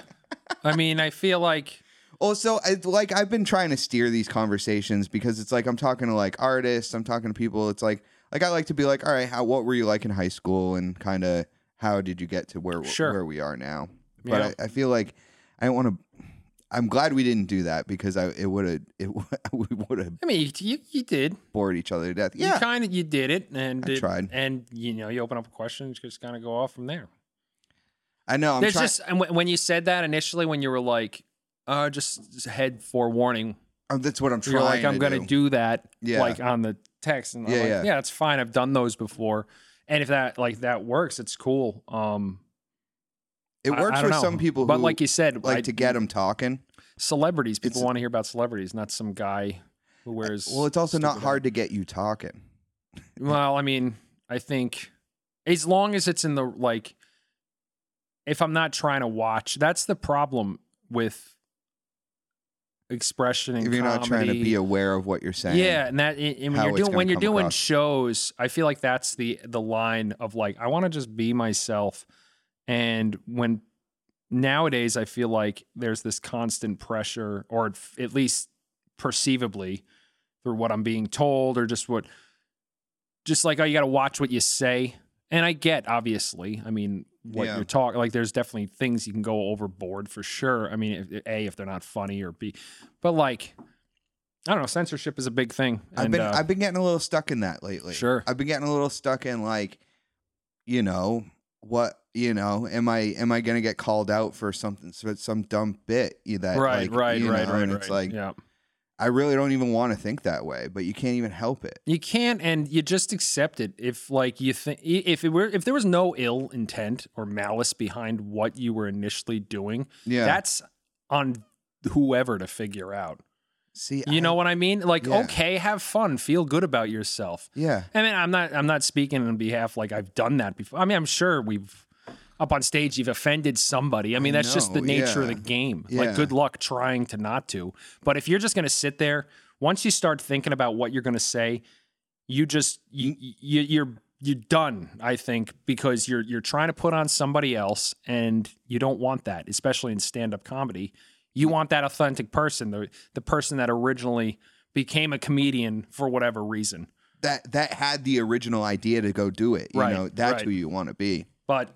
B: I mean, I feel like
A: Also, I, like I've been trying to steer these conversations because it's like I'm talking to like artists, I'm talking to people. It's like like I like to be like, all right, how what were you like in high school, and kind of how did you get to where
B: Sure.
A: where we are now? But
B: yeah,
A: I, I feel like I don't want to. I'm glad we didn't do that because I it would have it wa- we would have
B: I mean, you you did.
A: bored each other to death.
B: You
A: Yeah,
B: kind of you did it and
A: I
B: it-
A: tried.
B: and you know, you open up a question, you just kind of go off from there.
A: I know. I'm
B: There's
A: trying.
B: just and when when you said that initially when you were like uh just head forewarning.
A: oh, that's what I'm trying.
B: You're like I'm
A: to
B: going to do that
A: Yeah.
B: like on the text and I'm
A: Yeah,
B: like,
A: yeah.
B: yeah, it's fine. I've done those before. And if that like that works, it's cool. Um
A: It
B: I-
A: works
B: I
A: for
B: don't know.
A: some people,
B: But
A: who
B: like you said,
A: like
B: I-
A: to get them talking.
B: celebrities, people
A: It's-
B: want to hear about celebrities, not some guy who wears
A: Well, it's also not
B: stupid
A: hard to get you talking.
B: Well, I mean, I think as long as it's in the like, if I'm not trying to watch, that's the problem with expression and
A: If you're not trying to
B: comedy.
A: be aware of what you're saying,
B: yeah, and that and when
A: how
B: you're
A: it's
B: doing when
A: gonna
B: you're
A: come
B: doing
A: across.
B: shows, I feel like that's the the line of like I want to just be myself, and when nowadays I feel like there's this constant pressure, or at- at least perceivably through what I'm being told, or just what, just like oh you got to watch what you say, and I get obviously, I mean what
A: Yeah.
B: you're talking like there's definitely things you can go overboard for sure. I mean if, a if they're not funny or b, but like. I don't know. Censorship is a big thing.
A: I've
B: and,
A: been
B: uh,
A: I've been getting a little stuck in that lately.
B: Sure.
A: I've been getting a little stuck in like, you know, what you know, am I am I gonna get called out for something for some dumb bit you- that
B: right,
A: like,
B: right,
A: you
B: right,
A: know,
B: right,
A: and
B: right.
A: it's like
B: yeah,
A: I really don't even want to think that way, but you can't even help it.
B: you can't, and you just accept it. If like you think, if it were, if there was no ill intent or malice behind what you were initially doing,
A: Yeah.
B: that's on whoever to figure out.
A: See,
B: You
A: I-
B: know what I mean? Like,
A: Yeah.
B: okay, have fun, feel good about yourself.
A: Yeah.
B: I mean, I'm not, I'm not speaking on behalf like I've done that before. I mean, I'm sure we've up on stage you've offended somebody. I mean,
A: I
B: that's just the
A: know,
B: nature of
A: yeah.
B: the game.
A: Yeah.
B: Like, good luck trying to not to. But if you're just going to sit there, once you start thinking about what you're going to say, you just you, you you're you're done. I think because you're you're trying to put on somebody else, and you don't want that, especially in stand up comedy. You want that authentic person, the the person that originally became a comedian for whatever reason.
A: That that had the original idea to go do it. You
B: Right,
A: know, that's
B: right.
A: who you want to be.
B: But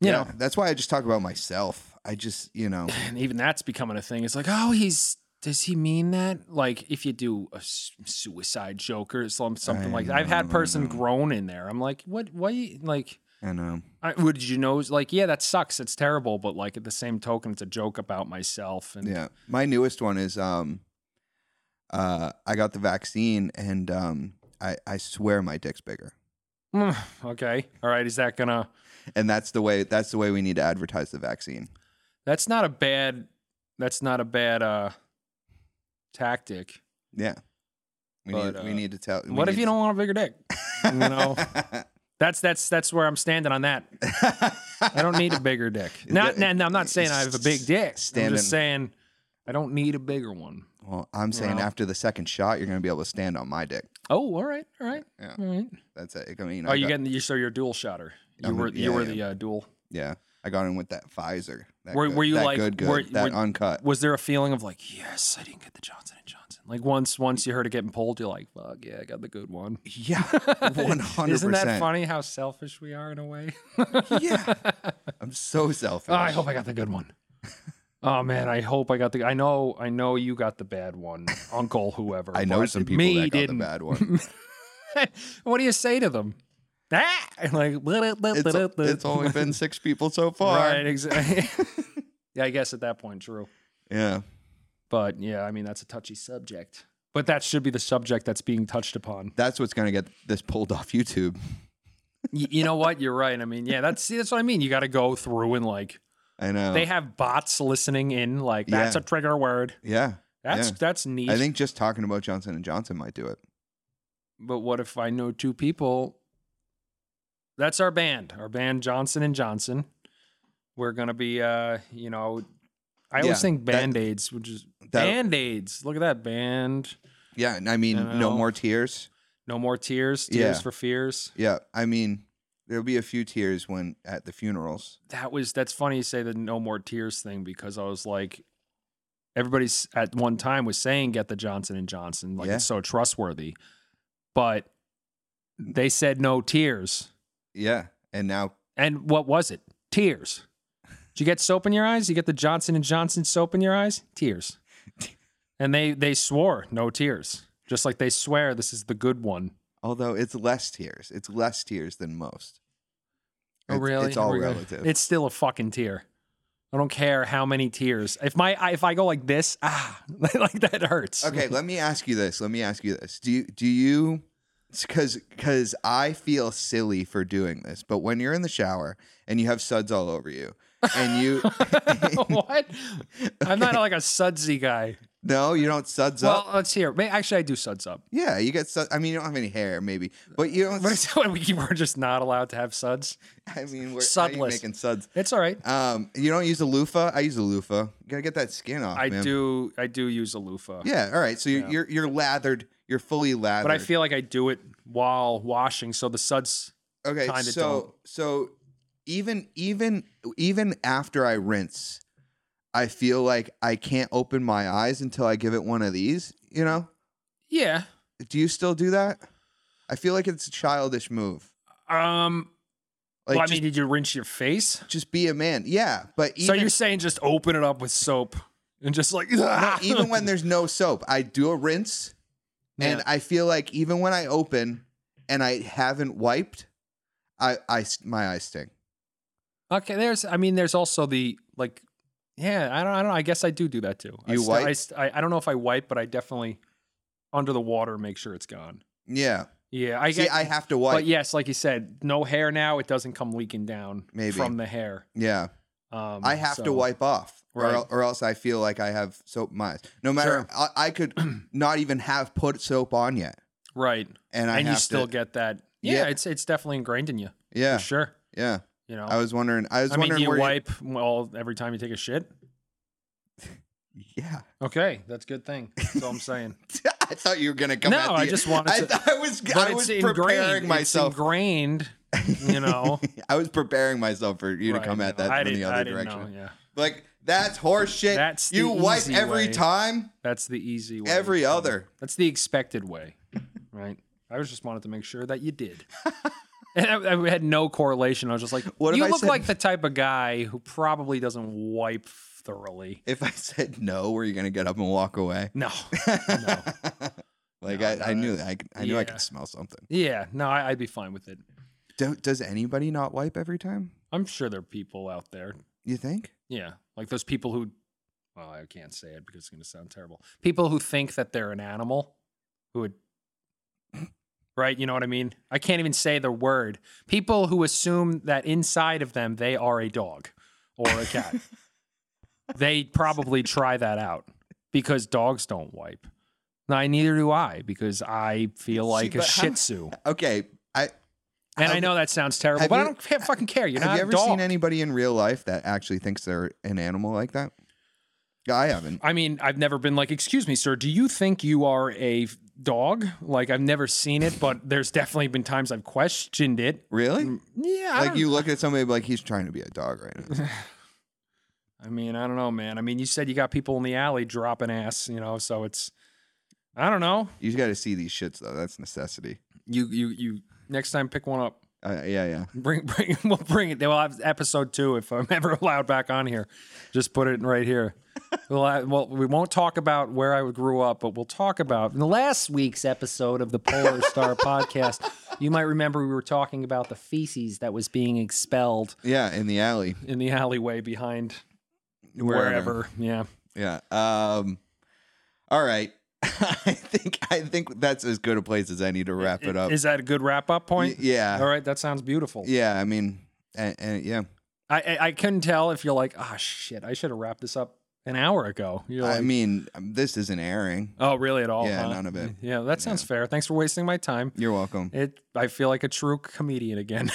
B: you know,
A: That's why I just talk about myself. I just, you know,
B: and even that's becoming a thing. It's like, oh, he's does he mean that? Like, if you do a s- suicide joke or some, something
A: I
B: like that, I've
A: know,
B: had
A: I
B: person
A: know.
B: groan in there. I'm like, what? Why? you- Like,
A: I know.
B: I, would you know? it's Like, yeah, that sucks. It's terrible. But like at the same token, it's a joke about myself. And
A: Yeah. My newest one is um uh I got the vaccine and um I, I swear my dick's bigger.
B: Mm, okay, all right. Is that gonna?
A: And that's the way that's the way we need to advertise the vaccine.
B: That's not a bad. That's not a bad uh tactic.
A: Yeah. We
B: But,
A: need we
B: uh,
A: need to tell we
B: what if
A: need
B: you
A: to-
B: don't want a bigger dick? You know, that's that's that's where I'm standing on that. I don't need a bigger dick. Not,
A: that-
B: now, now, I'm not saying I have a big dick. I'm
A: Standing-
B: just saying I don't need a bigger one.
A: Well, I'm saying
B: Well.
A: after the second shot you're gonna be able to stand on my dick.
B: Oh, all right, all right,
A: Yeah.
B: all right.
A: That's it. I mean,
B: Oh,
A: I
B: you
A: got,
B: getting you? So you're a dual shotter. You
A: I'm a-
B: were
A: yeah,
B: you were the uh, dual.
A: yeah. I got in with that Pfizer. That
B: Were-
A: good-
B: were you
A: that
B: like-
A: good, good,
B: were-
A: that
B: were-
A: uncut?
B: Was there a feeling of like, yes, I didn't get the Johnson and Johnson? Like once once you heard it getting pulled, you're like, fuck yeah, I got the good one.
A: Yeah, one hundred
B: Isn't that
A: percent.
B: funny how selfish we are in a way?
A: Yeah, I'm so selfish.
B: Oh, I hope I got the good one. Oh man, I hope I got the. I know, I know you got the bad one, Uncle whoever.
A: I know
B: but
A: some people
B: me
A: that got
B: didn't.
A: the bad one.
B: what do you say to them? Ah! Like
A: It's, it's only been six people so far.
B: right, exactly. yeah, I guess at that point, true.
A: Yeah.
B: But yeah, I mean that's a touchy subject. But that should be the subject that's being touched upon.
A: That's what's going to get this pulled off YouTube.
B: Y- you know what? You're right. I mean, yeah, that's see, that's what I mean. You got to go through and like
A: I know.
B: they have bots listening in. Like that's
A: Uh. Yeah.
B: a trigger word.
A: yeah.
B: That's
A: Yeah.
B: that's neat.
A: I think just talking about Johnson and Johnson might do it.
B: But what if I know two people? That's our band. Our band Johnson and Johnson. We're gonna be, uh, you know, I
A: Yeah,
B: always think
A: that-
B: band aids, which is
A: That-
B: band aids. Look at that band.
A: Yeah, and I mean,
B: You
A: no
B: know.
A: more tears.
B: No more tears. Tears
A: Yeah.
B: for fears.
A: Yeah, I mean, there'll be a few tears when at the funerals.
B: That was that's funny you say the no more tears thing because I was like, everybody's at one time was saying get the Johnson and Johnson like
A: Yeah.
B: it's so trustworthy, but they said no tears.
A: Yeah, and now
B: And what was it? Tears. Did you get soap in your eyes? You get the Johnson and Johnson soap in your eyes? Tears. And they they swore no tears. Just like they swear this is the good one.
A: although it's less tears, it's less tears than most.
B: Oh,
A: It's-
B: really?
A: It's all
B: We're gonna-
A: relative.
B: It's still a fucking tear. I don't care how many tears. If my I- if I go like this, ah, like that hurts.
A: okay, let me ask you this. Let me ask you this. Do you do you cuz cuz I feel silly for doing this, but when you're in the shower and you have suds all over you and you
B: what? I'm not like a sudsy guy.
A: No, you don't suds
B: Well,
A: up.
B: let's hear. May- Actually, I do suds up.
A: Yeah, you get suds. I mean, you don't have any hair maybe, but you don't
B: But it's when we we're just not allowed to have suds.
A: I mean, we're how are you
B: Sudless.
A: making suds.
B: It's all right.
A: Um, you don't use a loofah? I use a loofah. You got to get that skin off,
B: I
A: Oh, man.
B: do I do use a loofah.
A: Yeah, all right. So you're
B: Yeah.
A: you're, you're lathered. You're fully lathered.
B: But I feel like I do it while washing, so the suds.
A: Okay,
B: kinda
A: so
B: don't.
A: so even even even after I rinse, I feel like I can't open my eyes until I give it one of these. You know?
B: Yeah.
A: Do you still do that? I feel like it's a childish move.
B: Um.
A: Like
B: well, I
A: just,
B: mean, did you rinse your face?
A: just be a man. Yeah, but
B: so
A: even
B: you're saying just open it up with soap and just like
A: no, even when there's no soap, I do a rinse, and
B: Yeah.
A: I feel like even when I open and I haven't wiped, I I s- my eyes sting.
B: okay, there's. I mean, there's also the like. Yeah, I don't. I don't. I guess I do do that too. I
A: You
B: st-
A: wipe?
B: I, st- I, I don't know if I wipe, but I definitely under the water make sure it's gone.
A: Yeah.
B: Yeah, I
A: See,
B: get.
A: I have to
B: but
A: wipe.
B: yes, like you said, no hair now. It doesn't come leaking down
A: Maybe.
B: from the hair.
A: yeah.
B: Um,
A: I have to
B: so-
A: wipe off, or,
B: Right.
A: el- or else I feel like I have soap in my eyes. No matter,
B: Sure.
A: I, I could not even have put soap on yet,
B: right,
A: and I
B: and you
A: have
B: still
A: to,
B: get that.
A: Yeah.
B: Yeah, it's it's definitely ingrained in you.
A: yeah,
B: For sure.
A: yeah.
B: You know,
A: I was wondering. I was
B: I mean,
A: wondering
B: do you
A: where.
B: wipe well every time you take a shit?
A: yeah,
B: Okay, that's a good thing. That's all I'm saying.
A: I thought you were gonna come.
B: No,
A: at the,
B: I just wanted
A: I,
B: to-
A: th- I was. I was preparing
B: It's
A: myself.
B: ingrained, you know.
A: I was preparing myself for you to
B: Right,
A: come at
B: no,
A: that
B: I
A: from the
B: didn't-
A: other
B: I didn't
A: direction.
B: know, yeah,
A: Like that's horse shit.
B: That's the
A: you wipe
B: easy
A: every
B: way.
A: time,
B: that's the easy way.
A: every other.
B: That's the expected way, right? I was just wanted to make sure that you did. And I, I had no correlation. I was just like,
A: What if
B: you
A: I
B: look
A: said-
B: like the type of guy who probably doesn't wipe thoroughly.
A: If I said no, were you gonna get up and walk away?
B: No.
A: no. like
B: No,
A: I,
B: no,
A: I knew
B: no.
A: that. I, could- I knew I
B: Yeah.
A: could smell something.
B: Yeah, no, I, I'd be fine with it.
A: Do, does anybody not wipe every time?
B: I'm sure there are people out there
A: You think?
B: Yeah, like those people who, well, I can't say it because it's going to sound terrible. People who think that they're an animal, who would, right? You know what I mean? I can't even say the word. People who assume that inside of them they are a dog or a cat. they probably try that out because dogs don't wipe. Now, neither do I because I feel
A: See,
B: like a
A: but how-
B: Shih Tzu,
A: Okay. I
B: and I
A: have-
B: know that sounds terrible,
A: have
B: but I
A: you-
B: don't ca- fucking care. You're
A: have
B: not
A: you
B: a
A: ever
B: dog.
A: seen anybody in real life that actually thinks they're an animal like that? I haven't.
B: I mean, I've never been like, excuse me, sir, do you think you are a f- dog? Like, I've never seen it, but there's definitely been times I've questioned it.
A: Really?
B: Yeah. Mm, I
A: Like
B: don't-
A: you look at somebody like he's trying to be a dog right now.
B: I mean, I don't know, man. I mean, you said you got people in the alley dropping ass, you know, so it's, I don't know.
A: you got to see these shits though. That's necessity.
B: You, you, you, next time pick one up.
A: Uh, yeah, yeah.
B: Bring, bring, we'll bring it. They'll have episode two if I'm ever allowed back on here. Just put it right here. We'll, have- well, we won't talk about where I grew up, but we'll talk about in the last week's episode of the Polar Star podcast. You might remember we were talking about the feces that was being expelled
A: Yeah, in the alley.
B: in the alleyway behind wherever. Yeah.
A: Yeah. Um all right. I think I think that's as good a place as any to wrap it up.
B: Is that a good wrap up
A: Y-
B: point?
A: yeah,
B: All right, that sounds beautiful.
A: yeah. I mean, and, and yeah.
B: I, I I couldn't tell if you're like, ah, shit, I should have wrapped this up an hour ago. You're like,
A: I mean, this isn't airing.
B: oh, really? At all?
A: Yeah,
B: huh?
A: none of it.
B: Yeah, that sounds fair. Thanks for wasting my time.
A: You're welcome.
B: It. I feel like a true comedian again.